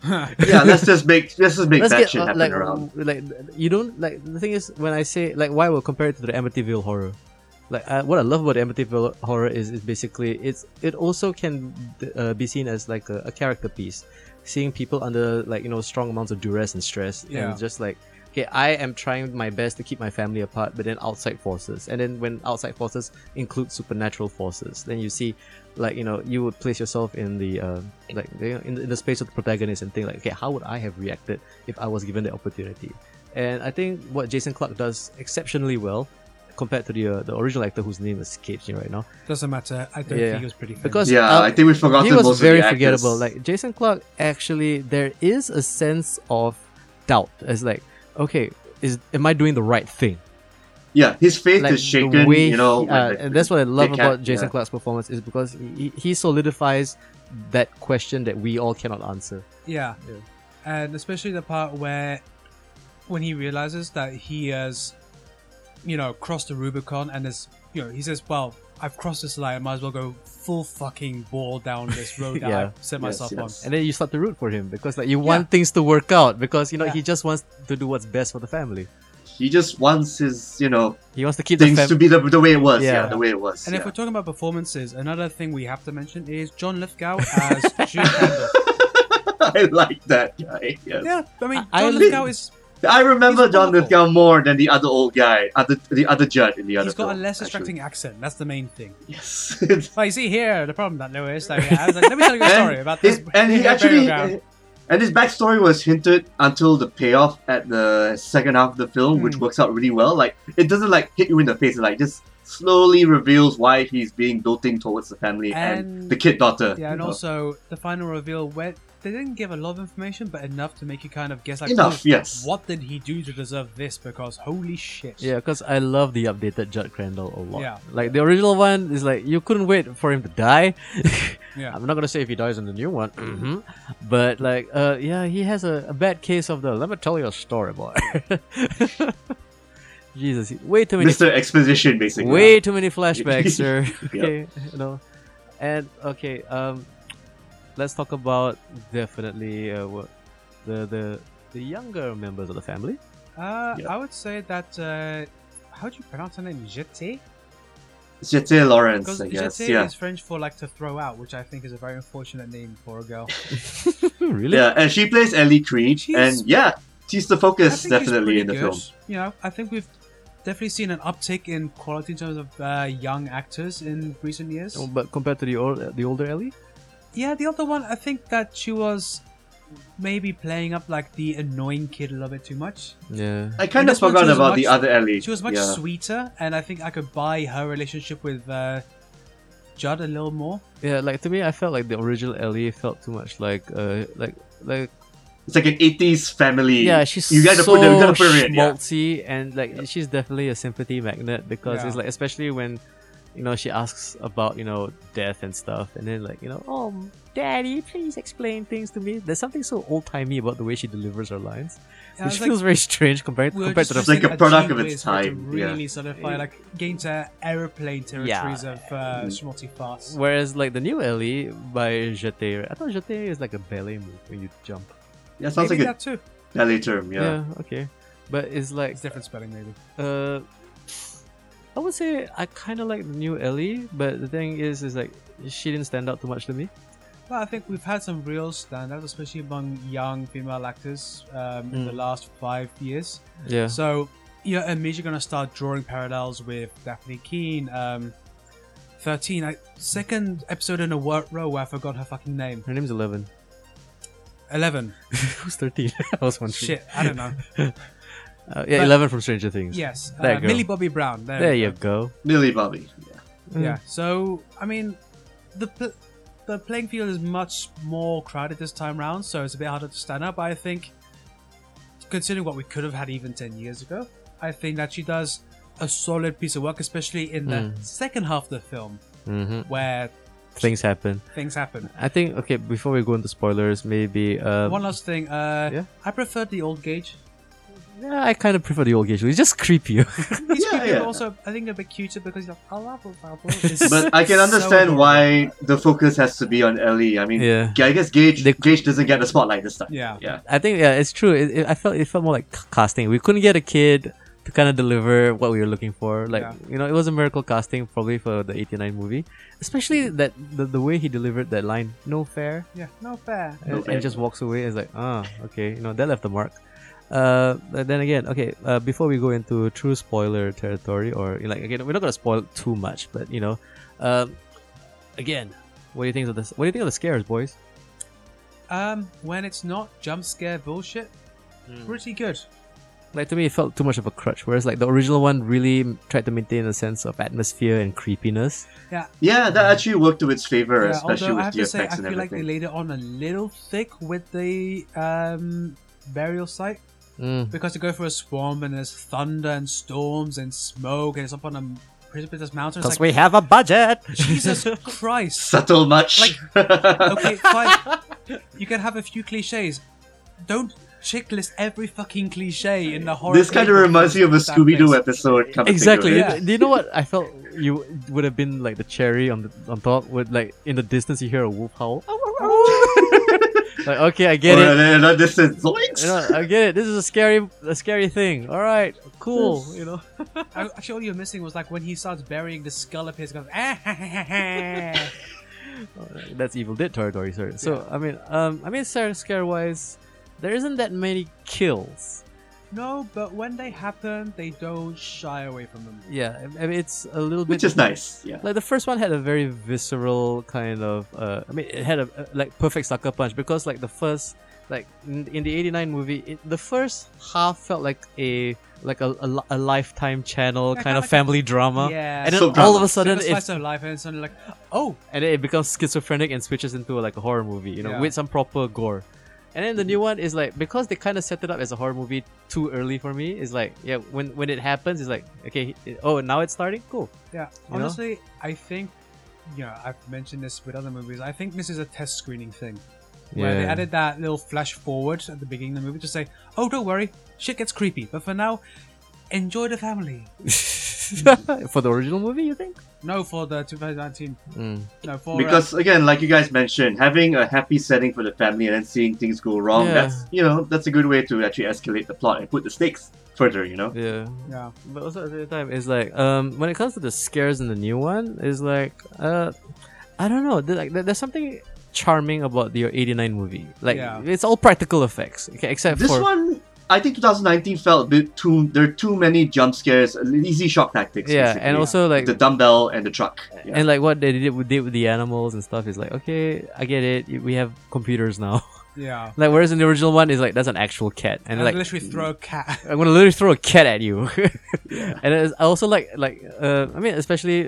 B: Yeah, let's just make let's just make
C: Let's
B: that
C: get
B: shit
C: uh,
B: happen
C: like,
B: around.
C: like you don't like the thing is when I say like why we'll compare it to the Amityville horror. Like uh, what I love about the Amityville horror is is basically it's it also can uh, be seen as like a, a character piece, seeing people under like you know strong amounts of duress and stress
A: Yeah.
C: and just like okay I am trying my best to keep my family apart, but then outside forces and then when outside forces include supernatural forces, then you see like you know you would place yourself in the uh, like you know, in, the- in the space of the protagonist and think like okay how would i have reacted if i was given the opportunity and i think what jason clark does exceptionally well compared to the uh, the original actor whose name escapes me right now
A: Doesn't matter. I don't
C: Yeah.
A: think it was pretty. Famous.
C: Because-
B: Yeah,
C: uh,
B: I think we've forgotten
C: he was
B: most
C: very
B: of the actors.
C: forgettable like jason clark actually there is a sense of doubt it's like okay is am i doing the right thing
B: yeah, his faith
C: like
B: is shaken. you know, when
C: he- uh,
B: the-
C: and that's what I love
B: they can't-
C: about Jason
B: yeah.
C: Clark's performance is because he, he- he solidifies that question that we all cannot answer.
A: Yeah.
C: Yeah.
A: And especially the part where when he realizes that he has, you know, crossed the Rubicon and is, you know, he says, "Well, I've crossed this line. I might as well go full fucking ball down this road that
C: Yeah.
A: I've set
B: Yes,
A: myself
B: yes.
A: on."
C: And then you start to root for him because like you want things to work out because you know
A: Yeah.
C: he just wants to do what's best for the family.
B: He just wants his, you know,
C: He wants to keep the
B: things
C: family.
B: to be the, the way it was. Yeah.
C: Yeah.
B: the way it was.
A: And if
B: yeah.
A: we're talking about performances, another thing we have to mention is John Lithgow as Jude Randolph.
B: I like that guy. Yes.
A: Yeah, I mean, John
C: I- I-
A: Lithgow is
B: I remember
A: He's
B: John
A: wonderful.
B: Lithgow more than the other old guy, other, the other judge in the other.
A: he's got a
B: film,
A: less
B: actually.
A: distracting accent. That's the main thing.
B: Yes.
A: Well, you see here the problem that Lewis. Like, yeah, I was like, let me tell you a
B: And
A: story about
B: his,
A: this.
B: and he
A: burial
B: actually,
A: ground.
B: and his backstory was hinted until the payoff at the second half of the film, which
A: Hmm.
B: works out really well. Like it doesn't like hit you in the face, it like just slowly reveals why he's being doting towards the family and,
A: And-
B: the kid daughter.
A: yeah,
B: you
A: and
B: know.
A: also the final reveal where they didn't give a lot of information, but enough to make you kind of guess like,
B: enough.
A: "Oh,
B: Yes.
A: what did he do to deserve this? Because holy shit.
C: Yeah, because I love the updated Judd Crandall a lot.
A: Yeah.
C: Like the original one is like you couldn't wait for him to die.
A: Yeah.
C: I'm not gonna say if he dies in the new one, hmm but like, uh, yeah, he has a, a bad case of the. Let me tell you a story, boy. Jesus, way too many,
B: Mr. Exposition, basically.
C: way too many flashbacks, sir.
B: Yeah.
C: Okay, you know, and okay, um, let's talk about definitely uh, what the the the younger members of the family.
A: Uh,
B: Yeah.
A: I would say that. Uh, how do you pronounce her name? Jeté?
B: Jete Lawrence,
A: Because
B: I guess.
A: jeté
B: Yeah.
A: is French for like to throw out, which I think is a very unfortunate name for a girl.
C: really?
B: Yeah, and she plays Ellie Creed,
A: She's-
B: and yeah, she's the
A: I think
B: focus
A: he's
B: definitely
A: pretty
B: in the
A: good.
B: film.
A: You know, I think we've definitely seen an uptick in quality in terms of uh, young actors in recent years.
C: Oh, But compared to the old, the older Ellie.
A: Yeah, the other one, I think that she was maybe playing up like the annoying kid a little bit too much.
C: Yeah.
B: I kind
A: And
B: of
A: this one,
B: forgot
A: she was
B: about
A: much-
B: the other Ellie.
A: She was much
B: yeah.
A: sweeter, and I think I could buy her relationship with uh, Judd a little more.
C: Yeah, like to me, I felt like the original Ellie felt too much like, uh, like, like.
B: It's like an 80s family.
C: Yeah, she's
B: you gotta
C: so
B: put them- you gotta put her in, yeah.
C: schmaltzy, and like she's definitely a sympathy magnet because it's
A: Yeah.
C: like, especially when, you know, she asks about you know death and stuff, and then like you know, oh, daddy, please explain things to me. There's something so old timey about the way she delivers her lines,
A: And I
C: which
A: was like,
C: feels very strange compared
A: we were
C: compared to
A: just
C: the.
B: It's like a
A: using
B: product of
A: cheap
B: its
A: way for it to
B: time, yeah.
A: Really solidify, like, gain to aeroplane territories of uh,
B: Mm-hmm.
A: schmaltzy farce.
C: Whereas like the new Ellie by Jeté, I thought Jeté is like a ballet move when you jump.
B: Yeah, sounds
A: Maybe
B: like
A: that too.
B: a ballet term, yeah.
C: okay, but it's like
A: It's different spelling, maybe.
C: uh, I would say I kind of like the new Ellie, but the thing is, is like she didn't stand out too much to me.
A: Well, I think we've had some real standouts, especially among young female actors um, in
C: Mm.
A: the last five years.
C: Yeah,
A: So you're immediately going to start drawing parallels with Daphne Keane. Um, 13, I, second episode in a wo- row where I forgot her fucking name.
C: her name's Eleven.
A: 11.
C: Who's thirteen? I was wondering.
A: Shit, I don't know.
C: Uh, yeah,
A: But-
C: Eleven from Stranger Things.
A: Yes,
C: There
A: uh,
C: you go.
A: Millie Bobby Brown. There,
C: There
A: we
C: you Mm.
A: go.
C: go.
B: Millie Bobby. Yeah.
A: Yeah, so, I mean, the, pl- the playing field is much more crowded this time round, so it's a bit harder to stand out, but I think, considering what we could have had even 10 years ago, I think that she does a solid piece of work, especially in the
C: Mm.
A: second half of the film,
C: hmm
A: where
C: Things happen.
A: things happen.
C: I think. Okay, before we go into spoilers, maybe.
B: Um,
C: Uh,
A: One last thing. Uh,
C: yeah?
A: I preferred the old gauge.
C: yeah, I kind of prefer the old Gage. It's just creepier.
A: He's
B: Yeah,
A: creepy,
B: yeah.
A: but also I think a bit cuter because he's like, I love him, I love him."
B: But I can
A: So
B: understand
A: adorable.
B: why the focus has to be on Ellie. I mean,
C: yeah.
B: I guess Gage,
C: They-
B: Gage doesn't get the spotlight this time.
A: Yeah.
B: Yeah.
C: I think yeah, it's true. It, it, I felt it felt more like c- casting. We couldn't get a kid to kind of deliver what we were looking for. Like
A: Yeah.
C: you know, it was a miracle casting probably for the '89 movie, especially that the, the way he delivered that line, "No fair,"
A: Yeah, no fair.
C: and,
B: No
C: and
B: fair.
C: just walks away. It's like ah, okay, you know that left the mark. Uh, but then again, okay. Uh, before we go into true spoiler territory, or like again, we're not gonna spoil too much, but you know, um, again, what do you think of this? What do you think of the scares, boys?
A: Um, when it's not jump scare bullshit, pretty good.
C: Like to me, it felt too much of a crutch. Whereas like the original one really m- tried to maintain a sense of atmosphere and creepiness.
B: Yeah, that actually worked to its favor,
A: Yeah, Uh,
B: especially
A: although I have
B: with
A: to
B: the effects
A: say, I
B: and
A: feel like they laid
B: everything.
A: it on a little thick with the um, burial site
C: Mm.
A: because they go for a swamp and there's thunder and storms and smoke and it's up on a precipitous mountain. It's
C: Because
A: like
C: we have a budget.
A: Jesus Christ.
B: Subtle much.
A: Like- okay, fine. you can have a few cliches. Don't chick lists every fucking cliche in the horror.
B: This kind of
A: film
B: reminds me of a
A: that
B: Scooby Doo
A: makes-
B: episode. Come to think of
C: Exactly.
B: it.
A: Yeah.
C: Do you know what I felt? You would have been like the cherry on the on top. With like in the distance, you hear a wolf howl.
A: Oh,
C: like okay, I get
B: Or,
C: it. uh,
B: uh, no, this is zoinks.
C: You know, I get it. This is a scary, a scary thing. All right, cool. You know,
A: I- Oh, Actually, all you're missing was like when he starts burying the skull of his. Goes, ah,
C: that's Evil Dead territory. Sorry. So I mean, um, I mean, scare wise, there isn't that many kills.
A: no, but when they happen, they don't shy away from them.
C: Yeah, I I mean, it's a little bit.
B: Which is nice. Yeah.
C: Like the first one had a very visceral kind of. Uh, I mean, it had a a- like perfect sucker punch because like the first like in, in the '89 movie, it, the first half felt like a like a, a, li- a lifetime channel
A: Yeah,
C: kind
A: kinda
C: of
A: like a-
C: family drama.
A: Yeah,
C: And then
B: Soap
C: all of
B: drama.
C: a sudden,
A: It's
C: it,
A: slice of life, and suddenly like, oh,
C: and then it becomes schizophrenic and switches into like a horror movie, you know,
A: Yeah. Mm-hmm.
C: with some proper gore. And then the new one is like because they kind of set it up as a horror movie too early for me. It's like yeah, when when it happens, it's like okay, it- oh now it's starting, cool.
A: yeah.
C: You know?
A: Honestly, I think, yeah, I've mentioned this with other movies. I think this is a test screening thing. where they added that little flash forward at the beginning of the movie to say, "Oh, don't worry, shit gets creepy, but for now, enjoy the family."
C: for the original movie, you think?
A: No, for the 2019, no for uh,
B: Because again, like you guys mentioned, having a happy setting for the family and then seeing things go wrong,
C: Yeah.
B: that's you know, that's a good way to actually escalate the plot and put the stakes further, you know?
C: Yeah.
A: yeah,
C: But also at the same time, it's like um when it comes to the scares in the new one, it's like uh I don't know. There, like, there- there's something charming about your '89 movie. Like
A: Yeah.
C: it's all practical effects, okay, except
B: This
C: for
B: one I think 2019 felt a bit too there are too many jump scares, easy shock tactics.
C: yeah,
B: basically.
C: and also like
B: the dumbbell and the truck. Yeah.
C: and like what they did with, did with the animals and stuff is like okay, I get it. We have computers now.
A: yeah,
C: like whereas in the original one is like that's an actual cat, and
A: and
C: like
A: literally throw a cat.
C: I'm gonna literally throw a cat at you. And it's, I also like like uh, I mean especially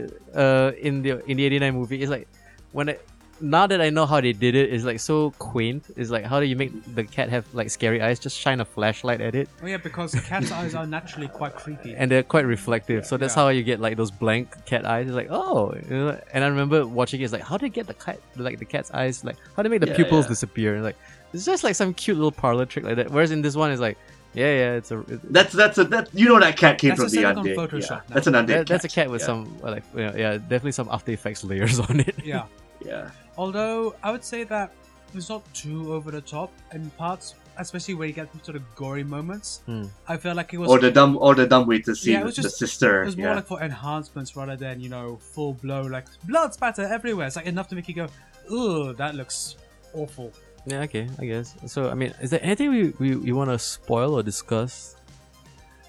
C: uh, in the in the '89 movie, it's like when I, now that I know how they did it, it's like so quaint. It's like how do you make the cat have like scary eyes? Just shine a flashlight at it,
A: oh yeah, because cat's eyes are naturally quite creepy.
C: and they're quite reflective. So that's
A: Yeah.
C: how you get like those blank cat eyes. It's like oh, you know, and I remember watching it. It's like how do they get the cat like the cat's eyes? Like how do they make the
B: Yeah,
C: pupils
B: yeah.
C: disappear? And, like it's just like some cute little parlor trick like that. Whereas in this one, it's like yeah, yeah, it's a it-
B: That's that's a that you know that cat came
A: That's a
B: from the
A: second on
B: undead.
A: Photoshop
B: yeah.
A: now.
B: That's an undead.
C: That-
B: cat.
C: that's a cat with
B: yeah.
C: some uh, like you know, yeah, definitely some After Effects layers on it.
A: yeah,
B: Yeah.
A: although I would say that it's not too over the top in parts, especially where you get sort of gory moments.
C: Hmm.
A: I feel like it was
B: Or the dumb or the dumb waiter scene
A: it was
B: with the
A: just-
B: sister.
A: It was more
B: yeah.
A: like for enhancements rather than, you know, full blow, like blood spatter everywhere. It's like enough to make you go, ooh, that looks awful.
C: Yeah, okay, I guess. So I mean, is there anything we, we, you want to spoil or discuss?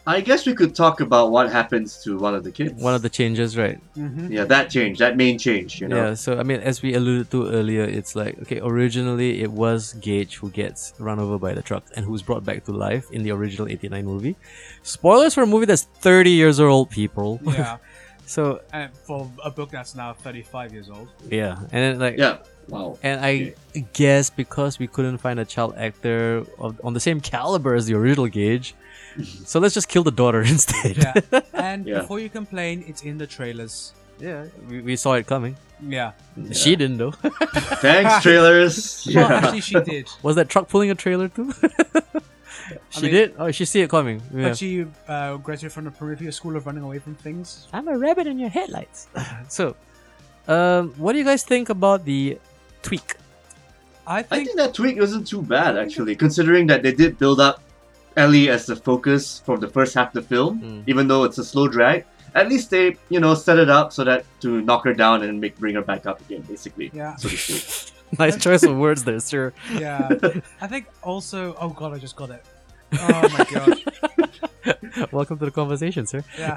B: I guess we could talk about what happens to one of the kids.
C: One of the changes, right?
A: Mm-hmm.
B: yeah, that change, that main change, you know.
C: Yeah. So I mean, as we alluded to earlier, it's like okay, originally it was Gage who gets run over by the truck and who's brought back to life in the original '89 movie. Spoilers for a movie that's 30 years old, people.
A: Yeah.
C: so
A: and for a book that's now 35 years old.
C: yeah, and then like
B: Yeah. Wow.
C: And I guess because we couldn't find a child actor of, on the same caliber as the original Gage, so let's just kill the daughter instead.
A: Yeah. And
B: Yeah.
A: before you complain, it's in the trailers.
C: Yeah, we, we saw it coming.
A: Yeah.
B: Yeah.
C: She didn't though.
B: Thanks, trailers.
A: Well,
B: yeah.
A: actually, she did.
C: Was that truck pulling a trailer too? she
A: mean-
C: did. Oh, she see it coming. Yeah.
A: But she uh, graduated from the Prometheus School of Running Away from Things.
C: I'm a rabbit in your headlights. so, um, what do you guys think about the tweak?
A: I
B: I
A: think.
B: think that tweak wasn't too bad actually, considering that they did build up Ellie as the focus from the first half of the film,
C: Mm.
B: even though it's a slow drag. At least they, you know, set it up so that to knock her down and make bring her back up again, basically.
A: Yeah.
B: So to speak.
C: nice choice of words there, sir.
A: Yeah. I think also. Oh, God, I just got it. Oh, my God.
C: Welcome to the conversation, sir.
A: Yeah.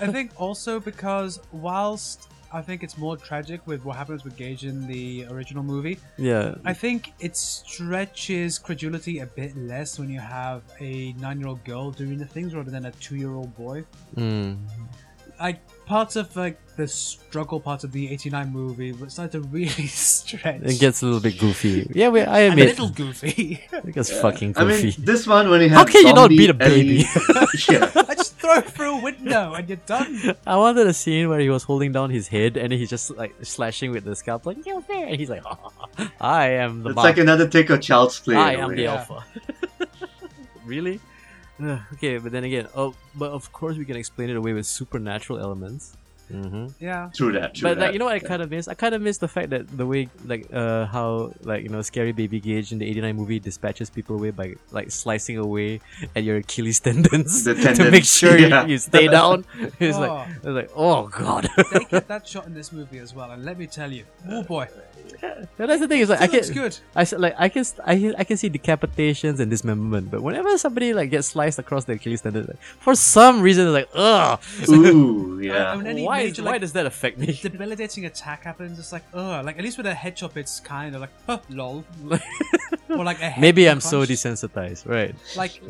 A: I think also because whilst I think it's more tragic with what happens with Gage in the original movie,
C: Yeah.
A: I think it stretches credulity a bit less when you have a nine year old girl doing the things rather than a two year old boy.
C: Mm.
A: Like parts of like the struggle parts of the eighty nine movie but started to really stretch.
C: It gets a little bit goofy. Yeah, we, I
A: and
C: admit.
A: a little goofy.
C: It gets
B: Yeah.
C: fucking
B: I
C: goofy.
B: mean, this one when it had
C: How can you not
B: zombie
C: beat a baby?
B: Ellie- yeah.
A: I just throw it through a window and you're done.
C: I wanted a scene where he was holding down his head and then he's just like slashing with the scalp, like you there, and he's like, "I am the
B: It's
C: mom.
B: like another take of child's play.
C: I
B: in a
C: am
B: way.
C: the
A: Yeah.
C: alpha." really? Ugh, okay, but then again, oh, but of course we can explain it away with supernatural elements. Mm-hmm.
A: Yeah.
B: True that. True
C: But
B: that.
C: like you know, what I
B: yeah.
C: kind of miss. I kind of miss the fact that the way like uh how like you know scary baby Gage in the '89 movie dispatches people away by like slicing away at your Achilles tendons
B: The
C: to make
B: tendons,
C: sure you-
B: yeah.
C: you, stay down. It's like
A: Oh,
C: it's like oh god.
A: they get that shot in this movie as well, and let me tell you, oh boy,
C: And that's the thing. It's like I
A: it
C: can
A: looks good.
C: I s- like I can st- I, can- I can see decapitations and dismemberment, but whenever somebody like gets sliced across the Achilles tendon, like, for some reason it's like ugh.
B: Ooh, yeah.
A: And any
C: why,
A: major,
C: why
A: like-
C: does that affect me?
A: Debilitating attack happens. It's like, ugh. Like at least with a head chop, it's kind of like, huh, lol. or like a head
C: Maybe I'm so
A: punch.
C: desensitized, right?
A: like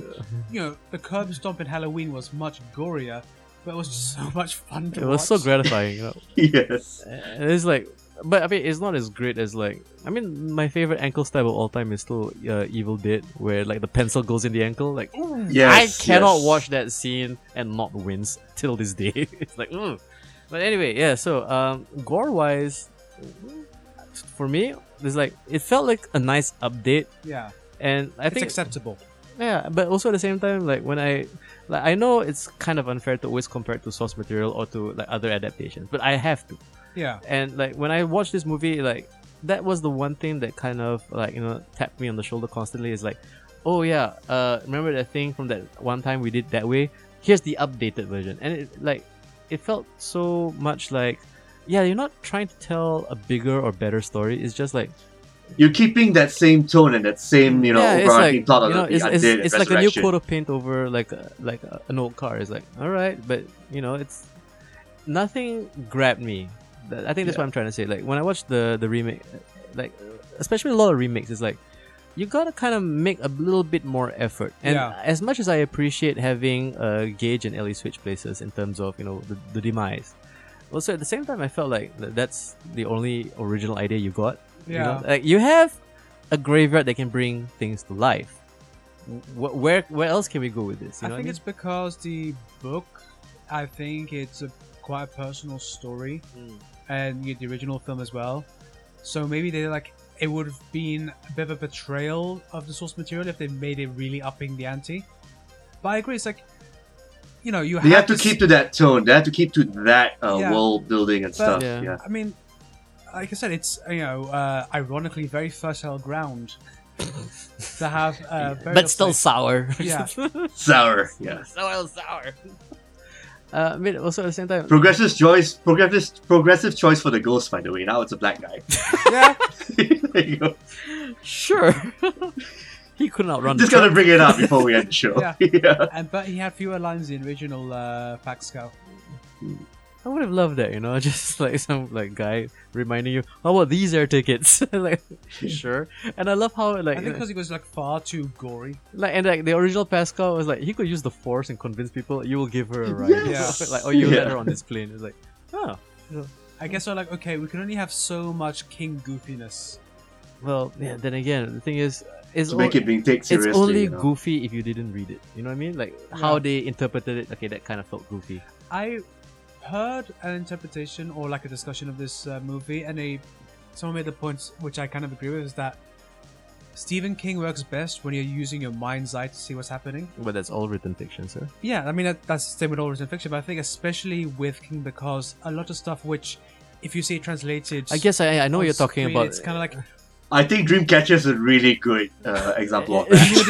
A: you know the curb stomp in Halloween was much gorier, but it was just so much fun to
C: It was so
A: watch.
C: gratifying. You know?
B: yes.
C: And it's like, but I mean, it's not as great as like. I mean, my favorite ankle stab of all time is still uh, Evil Dead, where like the pencil goes in the ankle. Like,
B: Yes.
C: I cannot
B: yes.
C: watch that scene and not wince till this day. it's like, mm. but anyway, yeah. So, um, gore wise, for me, it's like it felt like a nice update,
A: Yeah,
C: and I
A: it's
C: think
A: acceptable.
C: yeah, but also at the same time, like when I like I know it's kind of unfair to always compare it to source material or to like other adaptations, but I have to.
A: Yeah,
C: And like when I watched this movie, like that was the one thing that kind of like you know tapped me on the shoulder constantly. Is like, oh yeah, uh, remember that thing from that one time we did that way? Here's the updated version, and it like it felt so much like, yeah, you're not trying to tell a bigger or better story. It's just like
B: You're keeping that same tone and that same, you know,
C: yeah, it's
B: overarching
C: like,
B: thought of
C: you know,
B: the
C: it's,
B: undead
C: it's,
B: and
C: it's like a new
B: resurrection.
C: coat of paint over like a, like a, an old car. It's like all right, but you know, it's nothing grabbed me. That- I think that's what I'm trying to say. Like when I watched the the remake, uh, like especially a lot of remakes, it's like you gotta kind of make a little bit more effort. And
A: Yeah.
C: as much as I appreciate having uh, Gage and Ellie switch places in terms of you know the, the demise, also at the same time I felt like th- that's the only original idea you got. You
A: yeah.
C: know, like you have a graveyard that can bring things to life. Wh- where where else can we go with this? You
A: I
C: know
A: think it's because the book. I think it's a quite a personal story,
C: Hmm.
A: and yeah, the original film as well. So maybe they like it would have been a bit of a betrayal of the source material if they made it really upping the ante. But I agree. It's like you know you
B: They have to
A: s-
B: keep to that tone. They have to keep to that uh,
A: Yeah.
B: world building and stuff.
C: Yeah.
B: Yeah.
A: I mean, like I said, it's you know, uh, ironically, very fertile ground to have. Uh, very
C: but still
A: upset-
C: sour.
A: Yeah.
B: Sour. Yeah.
C: sour, sour. Uh, but also at the same time,
B: Progressive choice. Progressive. Progressive choice for the ghost. By the way, now it's a black guy.
A: yeah,
B: there you go.
C: sure, he could not run.
B: Just gotta bring it up before we end the show.
A: Yeah.
B: yeah.
A: and but he had fewer lines in the original uh, Paxco.
C: I would have loved that, you know, just like some like guy reminding you, "How about these air tickets?" like, sure. And I love how like
A: I think
C: you know-
A: because it was like far too gory.
C: Like and like the original Pascal was like he could use the force and convince people you will give her a ride.
B: Yes.
A: Yeah.
C: like oh you let
B: Yeah.
C: her on this plane. It's like oh
A: I guess I'm like, okay, we can only have so much King goofiness.
C: well yeah, then again the thing is it's,
B: To
C: o-
B: make it being take
C: it's
B: seriously.
C: only
B: you know.
C: goofy if you didn't read it. You know what I mean? Like how they interpreted it. Okay, that kind of felt goofy.
A: I heard an interpretation or like a discussion of this uh, movie, and a someone made the point which I kind of agree with is that Stephen King works best when you're using your mind's eye to see what's happening.
C: But that's all written fiction, sir.
A: Yeah, I mean that, that's the same with all written fiction, but I think especially with King because a lot of stuff which, if you see it translated,
C: I guess I I know
A: on
C: what you're talking
A: screen,
C: about.
A: It's kind of like
B: I think Dreamcatcher is a really good uh, example of that.
A: you know,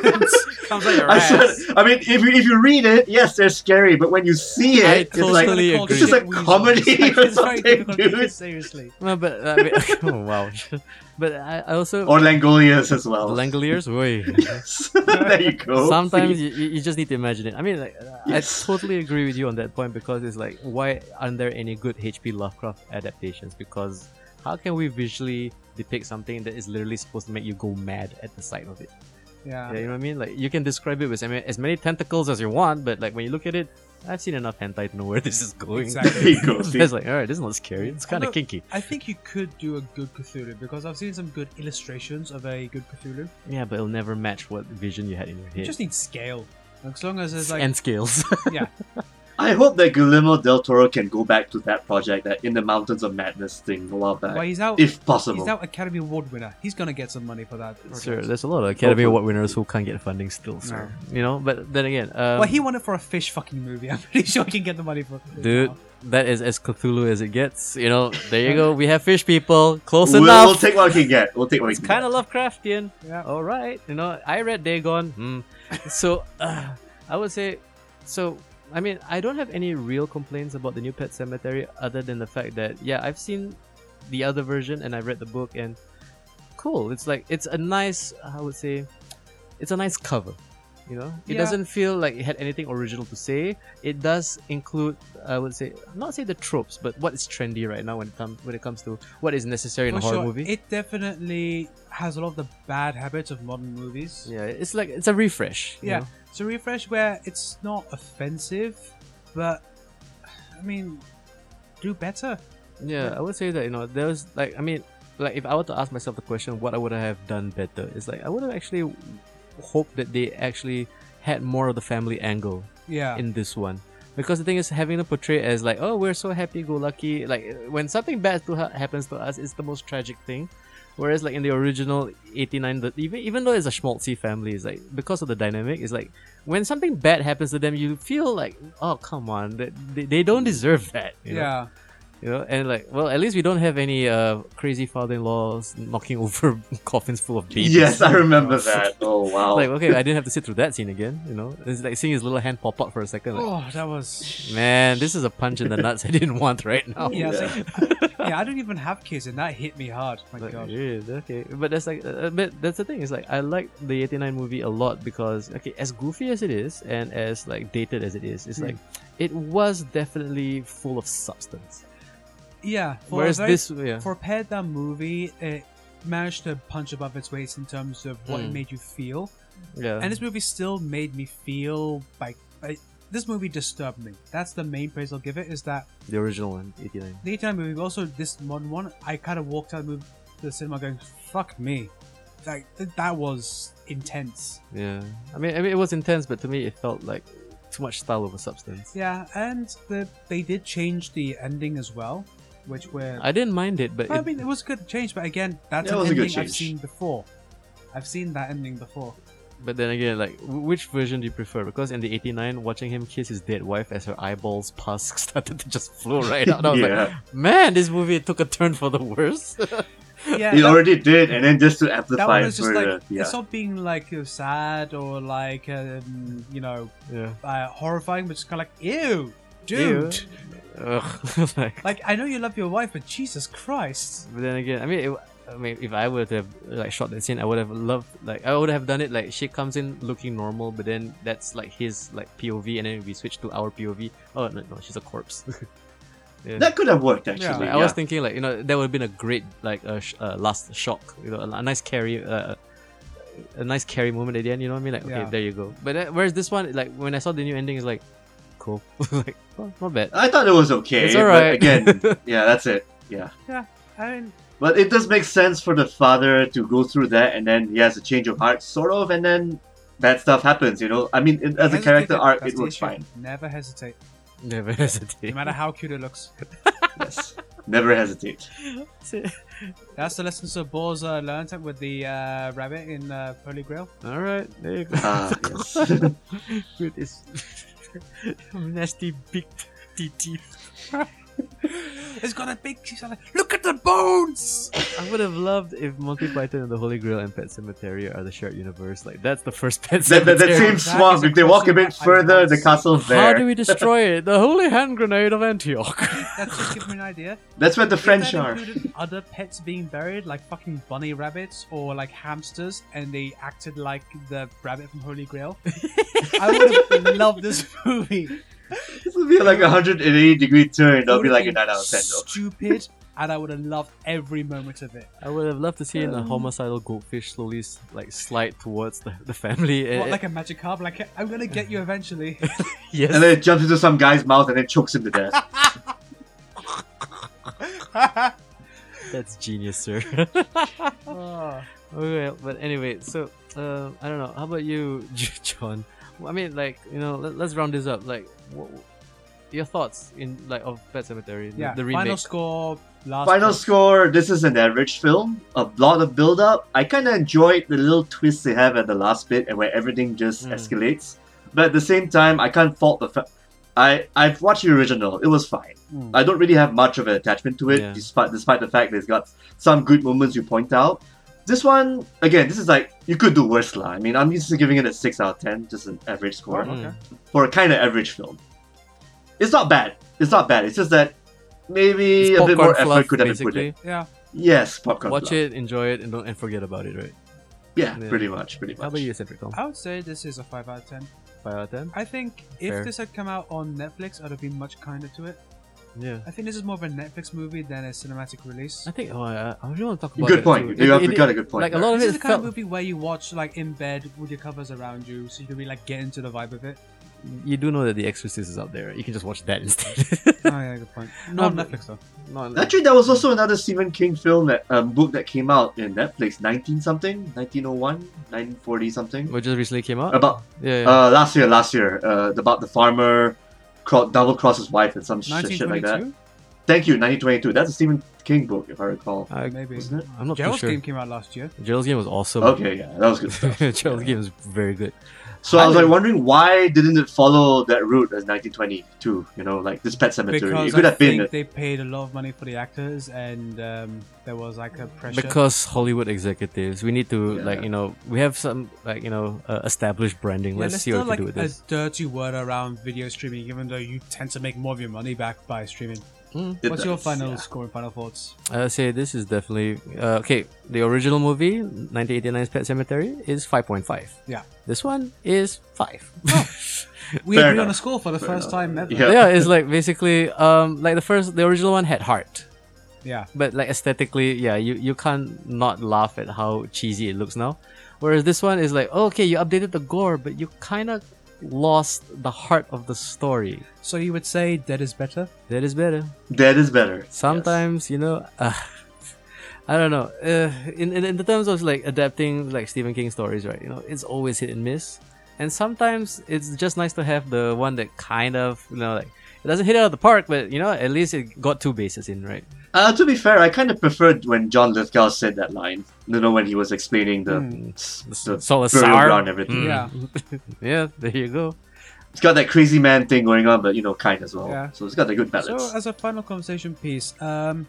A: the aliens comes out your
B: I, said,
A: ass.
B: I mean, if you, if you read it, yes, they're scary, but when you see
C: I
B: it, it's
C: totally
B: like
A: It's called
B: This
C: agree.
B: is a
A: Shit Weasel.
B: comedy
A: It's
B: or
A: it's very
B: something,
A: difficult to
B: dude.
A: take Seriously,
C: Well, but I mean, oh, wow, but I, I also
B: or Langoliers as well.
C: Langoliers, way.
B: Yes. there you go.
C: Sometimes
B: See?
C: you, you you just need to imagine it. I mean, like, uh,
B: Yes.
C: I totally agree with you on that point because it's like, why aren't there any good H.P. Lovecraft adaptations? Because how can we visually depict something that is literally supposed to make you go mad at the sight of it?
A: yeah.
C: Yeah, you know what I mean? Like, you can describe it with as ma- as many tentacles as you want, but like when you look at it, I've seen enough hentai to know where this is going.
A: Exactly.
B: there you go. See?
C: it's like, all right, this is not scary. It's kind
A: Although-
C: of kinky.
A: I think you could do a good Cthulhu because I've seen some good illustrations of a good Cthulhu.
C: Yeah, but it'll never match what vision you had in your
A: You
C: head.
A: just need scale. As long as there's like
C: and scales.
A: yeah,
B: I hope that Guillermo del Toro can go back to that project, that In the Mountains of Madness thing a while back,
A: Well, he's out.
B: if possible.
A: He's out Academy Award winner. He's gonna get some money for that. project.
C: Sir, there's a lot of Academy
B: Hopefully.
C: Award winners who can't get funding still, sir. You know, but then again, um,
A: well, he won it for a fish fucking movie. I'm pretty sure he can get the money for. it
C: dude,
A: now.
C: that is as Cthulhu as it gets. You know, there you go. We have fish people. Close
B: we'll, we'll
C: enough.
B: take what we can get. We'll take what we
C: It's
B: can
C: kind of Lovecraftian.
A: Yeah.
C: All right. You know, I read Dagon. Hmm. so, uh, I would say, so, I mean, I don't have any real complaints about the new Pet Cemetery other than the fact that, yeah, I've seen the other version and I've read the book and cool. It's like, it's a nice, I would say, it's a nice cover. You know, it
A: Yeah.
C: doesn't feel like it had anything original to say. It does include, I would say, not say the tropes, but what is trendy right now when it comes when it comes to what is necessary in
A: For
C: a horror
A: sure,
C: movie.
A: It definitely has a lot of the bad habits of modern movies.
C: Yeah, it's like it's a refresh. you
A: Yeah.
C: know?
A: It's a refresh where it's not offensive, but I mean, do better.
C: yeah. I would say that you know there was like I mean like if I were to ask myself the question what I would have done better, it's like I would have actually hoped that they actually had more of the family angle
A: Yeah.
C: in this one. Because the thing is, having them portrayed as like, oh, we're so happy-go-lucky. Like when something bad to ha- happens to us, it's the most tragic thing. Whereas like in the original '89, the, even even though it's a schmaltzy family, it's like because of the dynamic, it's like when something bad happens to them, you feel like, oh, come on, they, they, they don't deserve that. You know?
A: yeah.
C: You know, and like, well, at least we don't have any uh, crazy father-in-laws knocking over coffins full of
B: get.
C: babies.
B: Yes, I remember that. Oh wow.
C: Like, okay, I didn't have to sit through that scene again. You know, it's like seeing his little hand pop up for a second. Like,
A: Oh, that was.
C: Man, this is a punch in the nuts I didn't want right now.
A: Yeah, Oh it's
B: yeah.
A: like- yeah, I don't even have kids, and that hit me hard. My
C: Like,
A: God.
C: yeah, okay, but that's like, uh, but that's the thing. It's like I like the '89 movie a lot because okay, as goofy as it is and as like dated as it is, it's like
A: Hmm.
C: it was definitely full of substance.
A: Yeah. For a
C: Whereas
A: very-
C: this, yeah,
A: for a pared down movie, it managed to punch above its weight in terms of what it
C: Mm.
A: made you feel.
C: yeah,
A: And this movie still made me feel like. I- This movie disturbed me. That's the main praise I'll give it. Is that
C: the original one, '89.
A: the Italian movie, but also this modern one, I kind of walked out of the mov- the cinema going, fuck me. Like, th- that was intense.
C: Yeah, I mean, I mean, it was intense, but to me, it felt like too much style over substance.
A: Yeah, and the, they did change the ending as well, which were. I,
C: I didn't mind it, but it,
A: mean, it was a good change, but again, that's
B: Yeah, it
A: an
B: was a good
A: ending I've
B: change.
A: seen before. I've seen that ending before.
C: But then again, like, wh- which version do you prefer? Because in the 89, watching him kiss his dead wife as her eyeballs pus started to just flow right out. I was
B: yeah.
C: like, man, this movie took a turn for the worse.
A: Yeah,
B: it
A: that-
B: already did, and then just to
A: that
B: amplify
A: one
B: it
A: was just
B: further.
A: like
B: yeah.
A: it's not being like uh, sad or like um, you know
C: yeah.
A: uh, horrifying, but just kind of like ew, dude.
C: Ugh. like,
A: Like I know you love your wife, but Jesus Christ.
C: but then again, I mean, it, I mean, if I would have like shot that scene, I would have loved like I would have done it like she comes in looking normal, but then that's like his like POV, and then we switch to our POV. Oh no, no she's a corpse. Yeah.
B: That could have worked actually.
A: Yeah.
C: Like, I was thinking like you know that would have been a great like uh, sh- uh, last shock you know a, a nice carry uh, a nice carry moment at the end you know what I mean like okay
A: Yeah.
C: there you go but uh, whereas this one like when I saw the new ending it's like cool like oh,
A: Uh,
C: not bad
B: I thought it was okay.
C: It's alright.
B: But again, yeah, that's it. Yeah.
A: I mean,
B: But it does make sense for the father to go through that and then he has a change of heart, sort of, and then bad stuff happens, you know? I mean, it, as a
A: hesitate-
B: character arc,
A: that's
B: it
A: the
B: works
A: issue.
B: fine.
A: Never hesitate,
C: never
A: no
C: hesitate
A: matter how cute it looks.
B: Yes. Never hesitate.
A: That's the lesson Sir Bors uh, learned with the uh, rabbit in uh, Holy Grail.
C: alright there you go
B: Ah, yes.
C: with his nasty big TT
A: It's got a big. she's like, Look at the bones.
C: I would have loved if Monty Python and the Holy Grail and Pet Cemetery are the shared universe like that's the first Pet
B: that,
C: Cemetery
B: that, that same
A: That
B: swamp,
A: is a
B: if they walk a
A: question
B: bit
A: that I
B: further,
A: want
B: the
A: to-
B: castle's
C: How do
B: there.
C: we destroy it? The holy hand grenade of Antioch.
A: That's just giving me an idea.
B: That's where the
A: If that
B: French are.
A: included other pets being buried, like fucking bunny rabbits or like hamsters, and they acted like the rabbit from Holy Grail. I would have loved this movie.
B: This will be like a 180 degree turn. That'll be
A: It
B: like a
A: would've
B: 9
A: been
B: out of 10, though.
A: Stupid, and I would have loved every moment of it.
C: I would have loved to see a
B: Um.
C: homicidal goldfish slowly s- like slide towards the, the family. Eh,
A: What,
C: eh,
A: like a magic carp? Like I'm gonna get you eventually.
C: yes.
B: And then it jumps into some guy's mouth and then chokes him to death.
C: That's genius, sir.
A: Oh.
C: okay, but anyway, so uh, I don't know. How about you, John? Well, I mean, like you know, let, let's round this up. Like, wh- your thoughts in like of Pet Cemetery, the-
A: Yeah,
C: the
A: final
C: remake.
A: score. Last
B: Final
A: post.
B: score, this is an average film. A lot of build up. I kind of enjoyed the little twists they have at the last bit and where everything just
C: Mm.
B: escalates. But at the same time, I can't fault the fact. I, I've watched the original. It was fine.
A: Mm.
B: I don't really have much of an attachment to it,
C: Yeah.
B: despite despite the fact that it's got some good moments you point out. This one, again, this is like you could do worse, lah. I mean, I'm just giving it a six out of ten, just an average score
C: Mm.
A: Oh, okay.
B: for a kind of average film. It's not bad. It's not bad. It's just that maybe
C: It's
B: a bit more
C: popcorn
B: effort
C: fluff,
B: could have been put
C: basically.
B: in.
A: Yeah.
B: Yes, popcorn.
C: Watch
B: fluff.
C: it, enjoy it, and don't and forget about it. Right?
B: Yeah,
C: Yeah.
B: pretty much, pretty
C: How
B: much.
C: about you, Cedric? Tom?
A: I would say this is a five out of ten.
C: Five out of ten.
A: I think
C: Fair.
A: if this had come out on Netflix, I'd have been much kinder to it.
C: Yeah.
A: I think this is more of a Netflix movie than a cinematic release.
C: I think. Oh, I, I really want to talk about.
B: Good
C: it,
B: point.
C: too.
B: You
C: It-
B: have
C: it-
B: got a good point
C: Like a
B: there.
C: lot of
A: This is
C: it
A: the kind of
C: felt.
A: movie where you watch like in bed with your covers around you, so you can really like get into the vibe of it.
C: You do know that The Exorcist is out there. right? You can just watch that instead.
A: oh yeah, good point. Not on
C: but-
A: Netflix though.
C: Not-
B: Actually, there was also another Stephen King film that um, book that came out in Netflix, nineteen oh something, 1901, 1940 something.
C: What just recently came out.
B: About
C: yeah. yeah.
B: uh, last year, last year, uh, about the farmer cro- double cross his wife and some sh- shit like that.
A: 1922,
B: Thank you, 1922. That's a Stephen King book, if I recall.
C: I,
A: maybe.
B: Wasn't it?
C: I'm not too
A: Gerald's
C: sure.
A: game came out last year.
C: Gerald's game was awesome.
B: Okay, yeah, that was good stuff.
C: Gerald's game was very good.
B: So I was like
C: Highly-
B: wondering why didn't it follow that route as 1922? You know, like this Pet Cemetery.
A: Because
B: it could
A: I
B: have been.
A: think they paid a lot of money for the actors, and um, there was like a pressure.
C: Because Hollywood executives, we need to
B: Yeah.
C: like you know we have some like you know uh, established branding.
A: Yeah,
C: Let's
A: there's
C: see what
A: still
C: we
A: like
C: can do with
A: a
C: this.
A: dirty word around video streaming, even though you tend to make more of your money back by streaming.
B: it
A: What's your
B: does,
A: final
B: yeah.
A: score and final thoughts?
C: I Uh, say this is definitely uh, okay. The original movie, 1989's Pet Cemetery, is 5.5.
A: Yeah.
C: This one is five.
A: We
B: Fair
A: agree on a
B: enough.
A: score for the
B: Fair
A: first
B: enough.
A: time ever.
B: Yeah.
C: yeah, it's like basically um like the first the original one had heart.
A: Yeah.
C: But like aesthetically, yeah, you, you can't not laugh at how cheesy it looks now. Whereas this one is like, oh, okay, you updated the gore, but you kinda lost the heart of the story.
A: So you would say dead is better?
C: That is better.
B: That is better.
C: Sometimes, you know, uh, I don't know. Uh, in, in in the terms of like adapting like Stephen King stories, right? You know, it's always hit and miss. And sometimes it's just nice to have the one that kind of, you know, like it doesn't hit it out of the park, but you know, at least it got two bases in, right?
B: Yes. Uh, to be fair, I kind of preferred when John Lithgow said that line. You know, when he was explaining the,
A: Mm.
B: the Hmm.
C: Solazar.
B: burial ground, and
A: Mm.
B: everything.
A: Yeah.
C: yeah, there you go.
B: It's got that crazy man thing going on, but you know, kind as well.
A: Yeah.
B: So it's got a good balance.
A: So, uh, as a final conversation piece, um,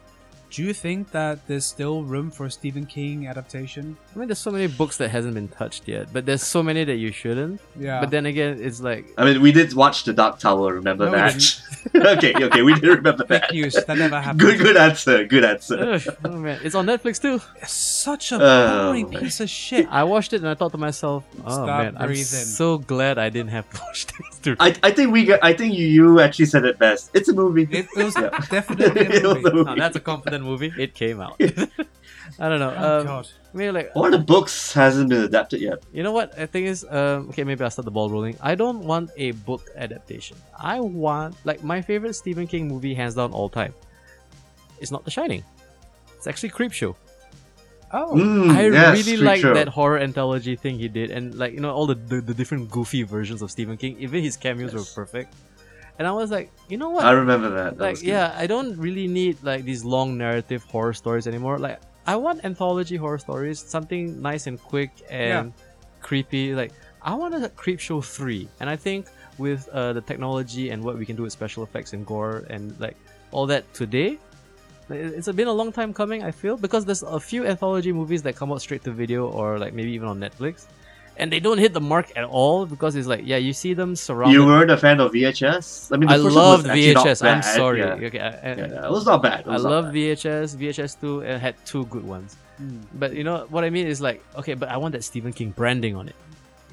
A: do you think that there's still room for a Stephen King adaptation?
C: I mean, there's so many books that hasn't been touched yet, but there's so many that you shouldn't.
A: Yeah.
C: But then again, it's like
B: I mean, we did watch The Dark Tower. Remember
A: No, we
B: that? okay, okay, we did remember
A: Fake
B: that.
A: news, that never happened.
B: Good, good answer. Good answer.
C: ugh, oh man, it's on Netflix too.
A: Such a
B: Oh,
A: boring
B: man.
A: piece of shit.
C: I watched it and I thought to myself, oh
A: Stop
C: man, I'm
A: breathing.
C: so glad I didn't have to watch this. Dude.
B: I, I think we got, I think you, you actually said it best. It's a movie.
A: It, it was
B: Yeah.
A: definitely
B: It
A: a
B: was
A: movie.
B: a
C: Now that's a confident movie. It came out. I don't know.
A: Oh,
C: Um,
A: God.
C: maybe like
B: One of the books hasn't been adapted yet.
C: you know what? I think is um, okay. Maybe I'll start the ball rolling. I don't want a book adaptation. I want like my favorite Stephen King movie, hands down, all time. It's not The Shining. It's actually Creepshow.
A: Oh,
B: Mm,
C: I
B: yes,
C: really
B: Creep
C: like
B: Show.
C: that horror anthology thing he did, and like you know all the, the, the different goofy versions of Stephen King. Even his cameos
B: Yes.
C: were perfect. And I was like, you know what?
B: I remember that. that
C: like
B: was good.
C: yeah i don't really need like these long narrative horror stories anymore like i want anthology horror stories something nice and quick and creepy like i want a creep show 3 and i think with uh, the technology and what we can do with special effects and gore and like all that today like, it- it's been a long time coming i feel because there's a few anthology movies that come out straight to video or like maybe even on netflix and they don't hit the mark at all because it's like yeah you see them surrounded
B: You weren't a fan of VHS? I mean, the
C: I
B: first one was
C: love
B: actually not
C: VHS.
B: bad,
C: I'm sorry.
B: Yeah.
C: Okay, I, I-
B: Yeah, yeah, it was not bad. It
C: I
B: was not
C: love
B: bad.
C: VHS. VHS two uh, had two good ones,
A: Mm.
C: but you know what I mean is like okay, but I want that Stephen King branding on it.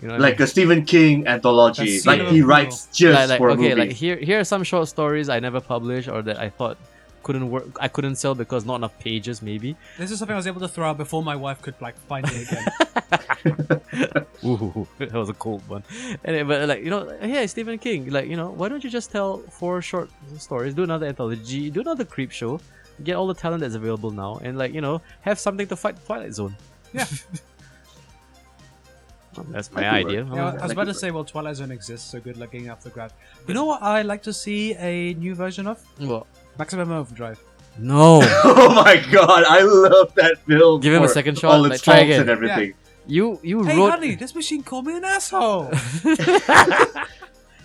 C: You know, what I
B: like
C: mean?
B: a Stephen King anthology.
A: That's
B: Like he
A: cinema.
B: writes just
C: like, like,
B: for a movie.
C: okay, like here here are some short stories I never published or that I thought couldn't work, I couldn't sell because not enough pages maybe.
A: This is something I was able to throw out before my wife could like find it again.
C: Ooh, that was a cold one. Anyway, but like you know, like, hey Stephen King, like you know, why don't you just tell four short stories, do another anthology, do another creep show, get all the talent that's available now, and like you know, have something to fight Twilight Zone.
D: That's my idea.
A: Yeah, I was
B: like
A: about to
B: it.
A: say, well, Twilight Zone exists, so good luck getting up the ground. You know what I'd like to see a new version of?
C: Well,
A: Maximum Overdrive.
C: no.
B: Oh my god, I love that film.
C: Give him a
B: for
C: second shot,
B: All its
C: like, try
B: faults
C: again.
B: and everything.
C: You you
A: Hey,
C: wrote
A: honey, this machine called me an asshole.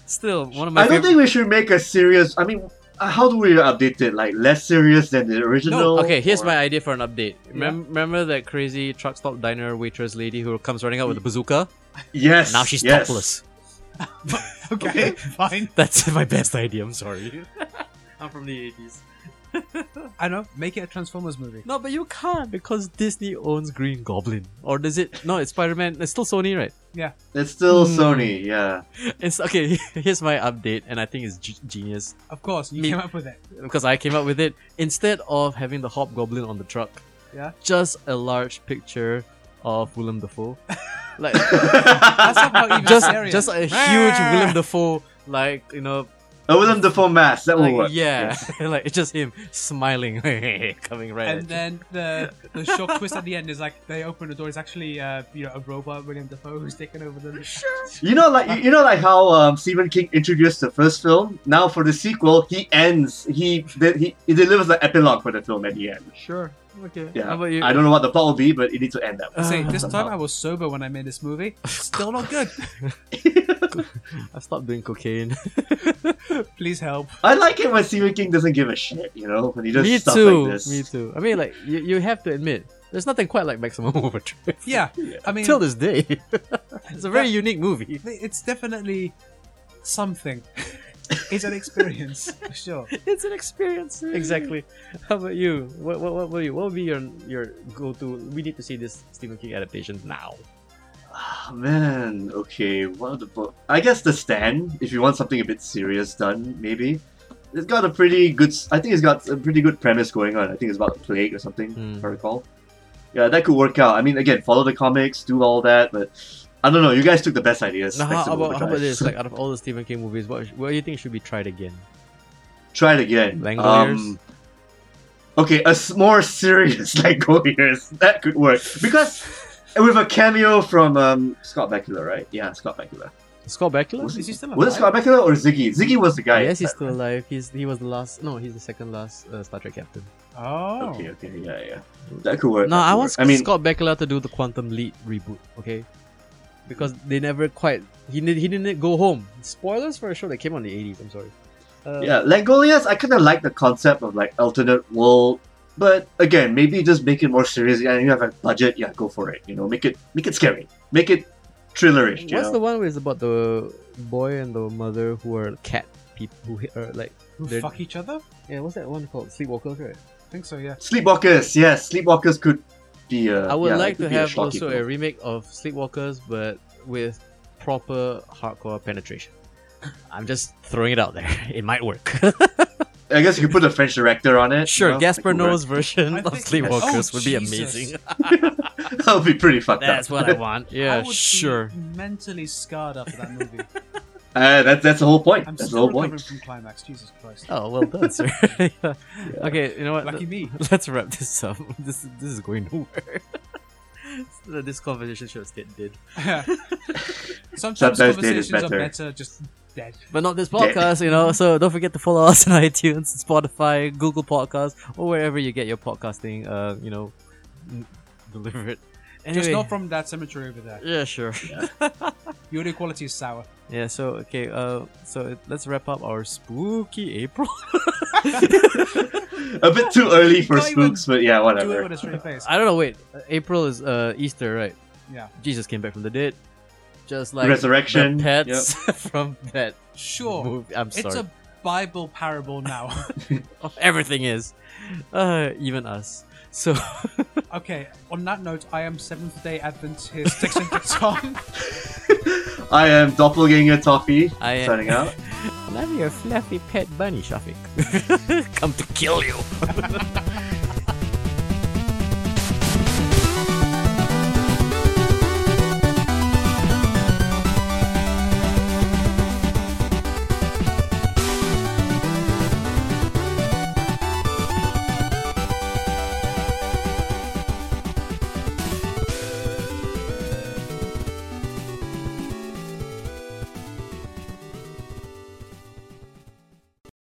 C: still one of my
B: I don't
C: favorite.
B: think we should make a serious. I mean, uh, how do we update it? Like less serious than the original?
C: okay, here's
B: Or-
C: my idea for an update. Remem- Remember that crazy truck stop diner waitress lady who comes running out with a bazooka?
B: Yes.
C: Now she's
B: yes.
C: topless.
A: okay, fine.
C: That's my best idea. I'm sorry. I'm from the 80s.
A: I know. Make it a Transformers movie.
C: No, but you can't because Disney owns Green Goblin. Or does it? No, it's Spider Man. It's still Sony, right?
B: It's still
C: Hmm.
B: Sony. Yeah.
C: It's okay. Here's my update, and I think it's g- genius
A: Of course, you
C: Me-
A: came up with it.
C: because I came up with it. Instead of having the hobgoblin on the truck,
A: Yeah.
C: just a large picture of Willem Dafoe, like
A: That's not how even
C: just
A: serious.
C: just a huge Willem Dafoe, like you know,
B: A Willem Dafoe mask. That will
C: like,
B: work.
C: yeah, like it's just him smiling, coming right.
A: And
C: at
A: then the the shock twist at the end is like they open the door. It's actually uh, you know a robot William Dafoe who's taken over the.
B: You know, like you, you know, like how um, Stephen King introduced the first film. Now for the sequel, he ends. He de- he, he delivers the epilogue for the film at the end.
A: Sure.
C: you. okay.
B: Yeah.
C: How about you?
B: I don't know what the plot will be, but it needs to end that. way.
C: Uh,
A: Say this time
B: somehow.
A: I was sober when I made this movie. Still not good.
C: I stopped doing cocaine.
A: Please help.
B: I like it when Stephen King doesn't give a shit. You know, when he does
C: Me
B: stuff
C: too.
B: like this.
C: Me too. I mean, like you, you have to admit, there's nothing quite like Maximum Overdrive.
A: Yeah. I mean,
C: Till this day, it's a very unique movie.
A: it's definitely something. It's an experience for sure.
C: It's an experience. Exactly. How about you? What what what, what, you, what would be your your go to? We need to see this Stephen King adaptation now.
B: Ah, man, okay. What the book? I guess The Stand. If you want something a bit serious done, maybe. It's got a pretty good. s- I think it's got a pretty good premise going on. I think it's about a plague or something.
C: Hmm.
B: If I recall. Yeah, that could work out. I mean, again, follow the comics, do all that, but I don't know. You guys took the best ideas.
C: Now,
B: Thanks
C: how,
B: to
C: about, how about
B: Overdrive.
C: this? Like, out of all the Stephen King movies, what what do you think should be tried again?
B: Try it again.
C: Langoliers?
B: Um, okay, a s- more serious Langoliers. That could work because with a cameo from um, Scott Bakula, right? Yeah, Scott Bakula.
C: Scott Bakula?
B: Was
A: Is he still alive?
B: Was it Scott Bakula or Ziggy? Ziggy was the guy.
C: yes, he's still alive. He's he was the last. No, he's the second last uh, Star Trek captain.
A: Oh.
B: Okay, okay, yeah, yeah. That could work.
C: No,
B: that
C: I
B: could
C: want
B: work. I mean,
C: Scott Bakula to do the Quantum Leap reboot. Okay, because they never quite he did he didn't go home. Spoilers for a show that came out in the eighties. I'm sorry. Uh,
B: yeah, Langoliers. I kind of like the concept of like alternate world, but again, maybe just make it more serious. Yeah, you have a budget. Yeah, go for it. You know, make it make it scary. Make it thrillerish.
C: What's
B: you know?
C: the one where it's about the boy and the mother who are cat people who hit- are like
A: Who
C: They're-
A: fuck each other?
C: yeah what's that one called Sleepwalkers right?
A: I think so. Yeah.
B: Sleepwalkers, yes, Sleepwalkers could be a.
C: I would
B: Uh, yeah,
C: like
B: could
C: to
B: be a
C: have
B: schlocky
C: also a
B: film.
C: remake of Sleepwalkers but with proper hardcore penetration. I'm just throwing it out there. It might work.
B: I guess you could put a French director on it.
C: sure,
B: you know?
C: Gaspar
B: That could work.
C: Noé's version
A: I
C: of
A: think-
C: Sleepwalkers
A: Oh,
C: would be
A: Jesus.
C: amazing.
B: that would be pretty fucked
C: That's
B: up.
C: what I want.
A: I
C: Yeah,
A: would be
C: sure.
A: mentally scarred after that movie.
B: Uh, that, that's the whole point.
A: I'm
B: that's the
A: still
B: whole
A: recovering
B: point. Uh,
A: from climax. Jesus Christ.
C: Oh well done, sir. Yeah. Okay, you know what?
A: Lucky me.
C: Let's wrap this up. This this is going nowhere. this conversation should have stayed dead.
A: Sometimes
B: Sometimes dead is
A: conversations are
B: better.
A: better just dead.
C: But not this podcast, you know. So don't forget to follow us on iTunes, Spotify, Google Podcasts, or wherever you get your podcasting. Uh, you know, n- delivered. Anyway,
A: Just not from that cemetery over there.
C: yeah, sure.
A: Your quality is sour.
C: Yeah. So okay. Uh, so let's wrap up our spooky April.
B: A bit too early for
A: Not even-
B: spooks, but yeah,
A: Do it
B: whatever.
A: with a straight face.
C: I don't know. Wait, uh, April is uh Easter, right?
A: Yeah.
C: Jesus came back from the dead, just like
B: Resurrection,
C: the pets from that
A: Sure.
C: movie. I'm
A: It's
C: sorry.
A: a Bible parable now.
C: Of Everything is, uh, even us. So
A: okay, on that note, I am Seventh day Adventist eccentric Tom.
B: I am Doppelganger Toffee,
C: I am-
B: signing out.
C: love your fluffy pet bunny, Shafiq. Come to kill you.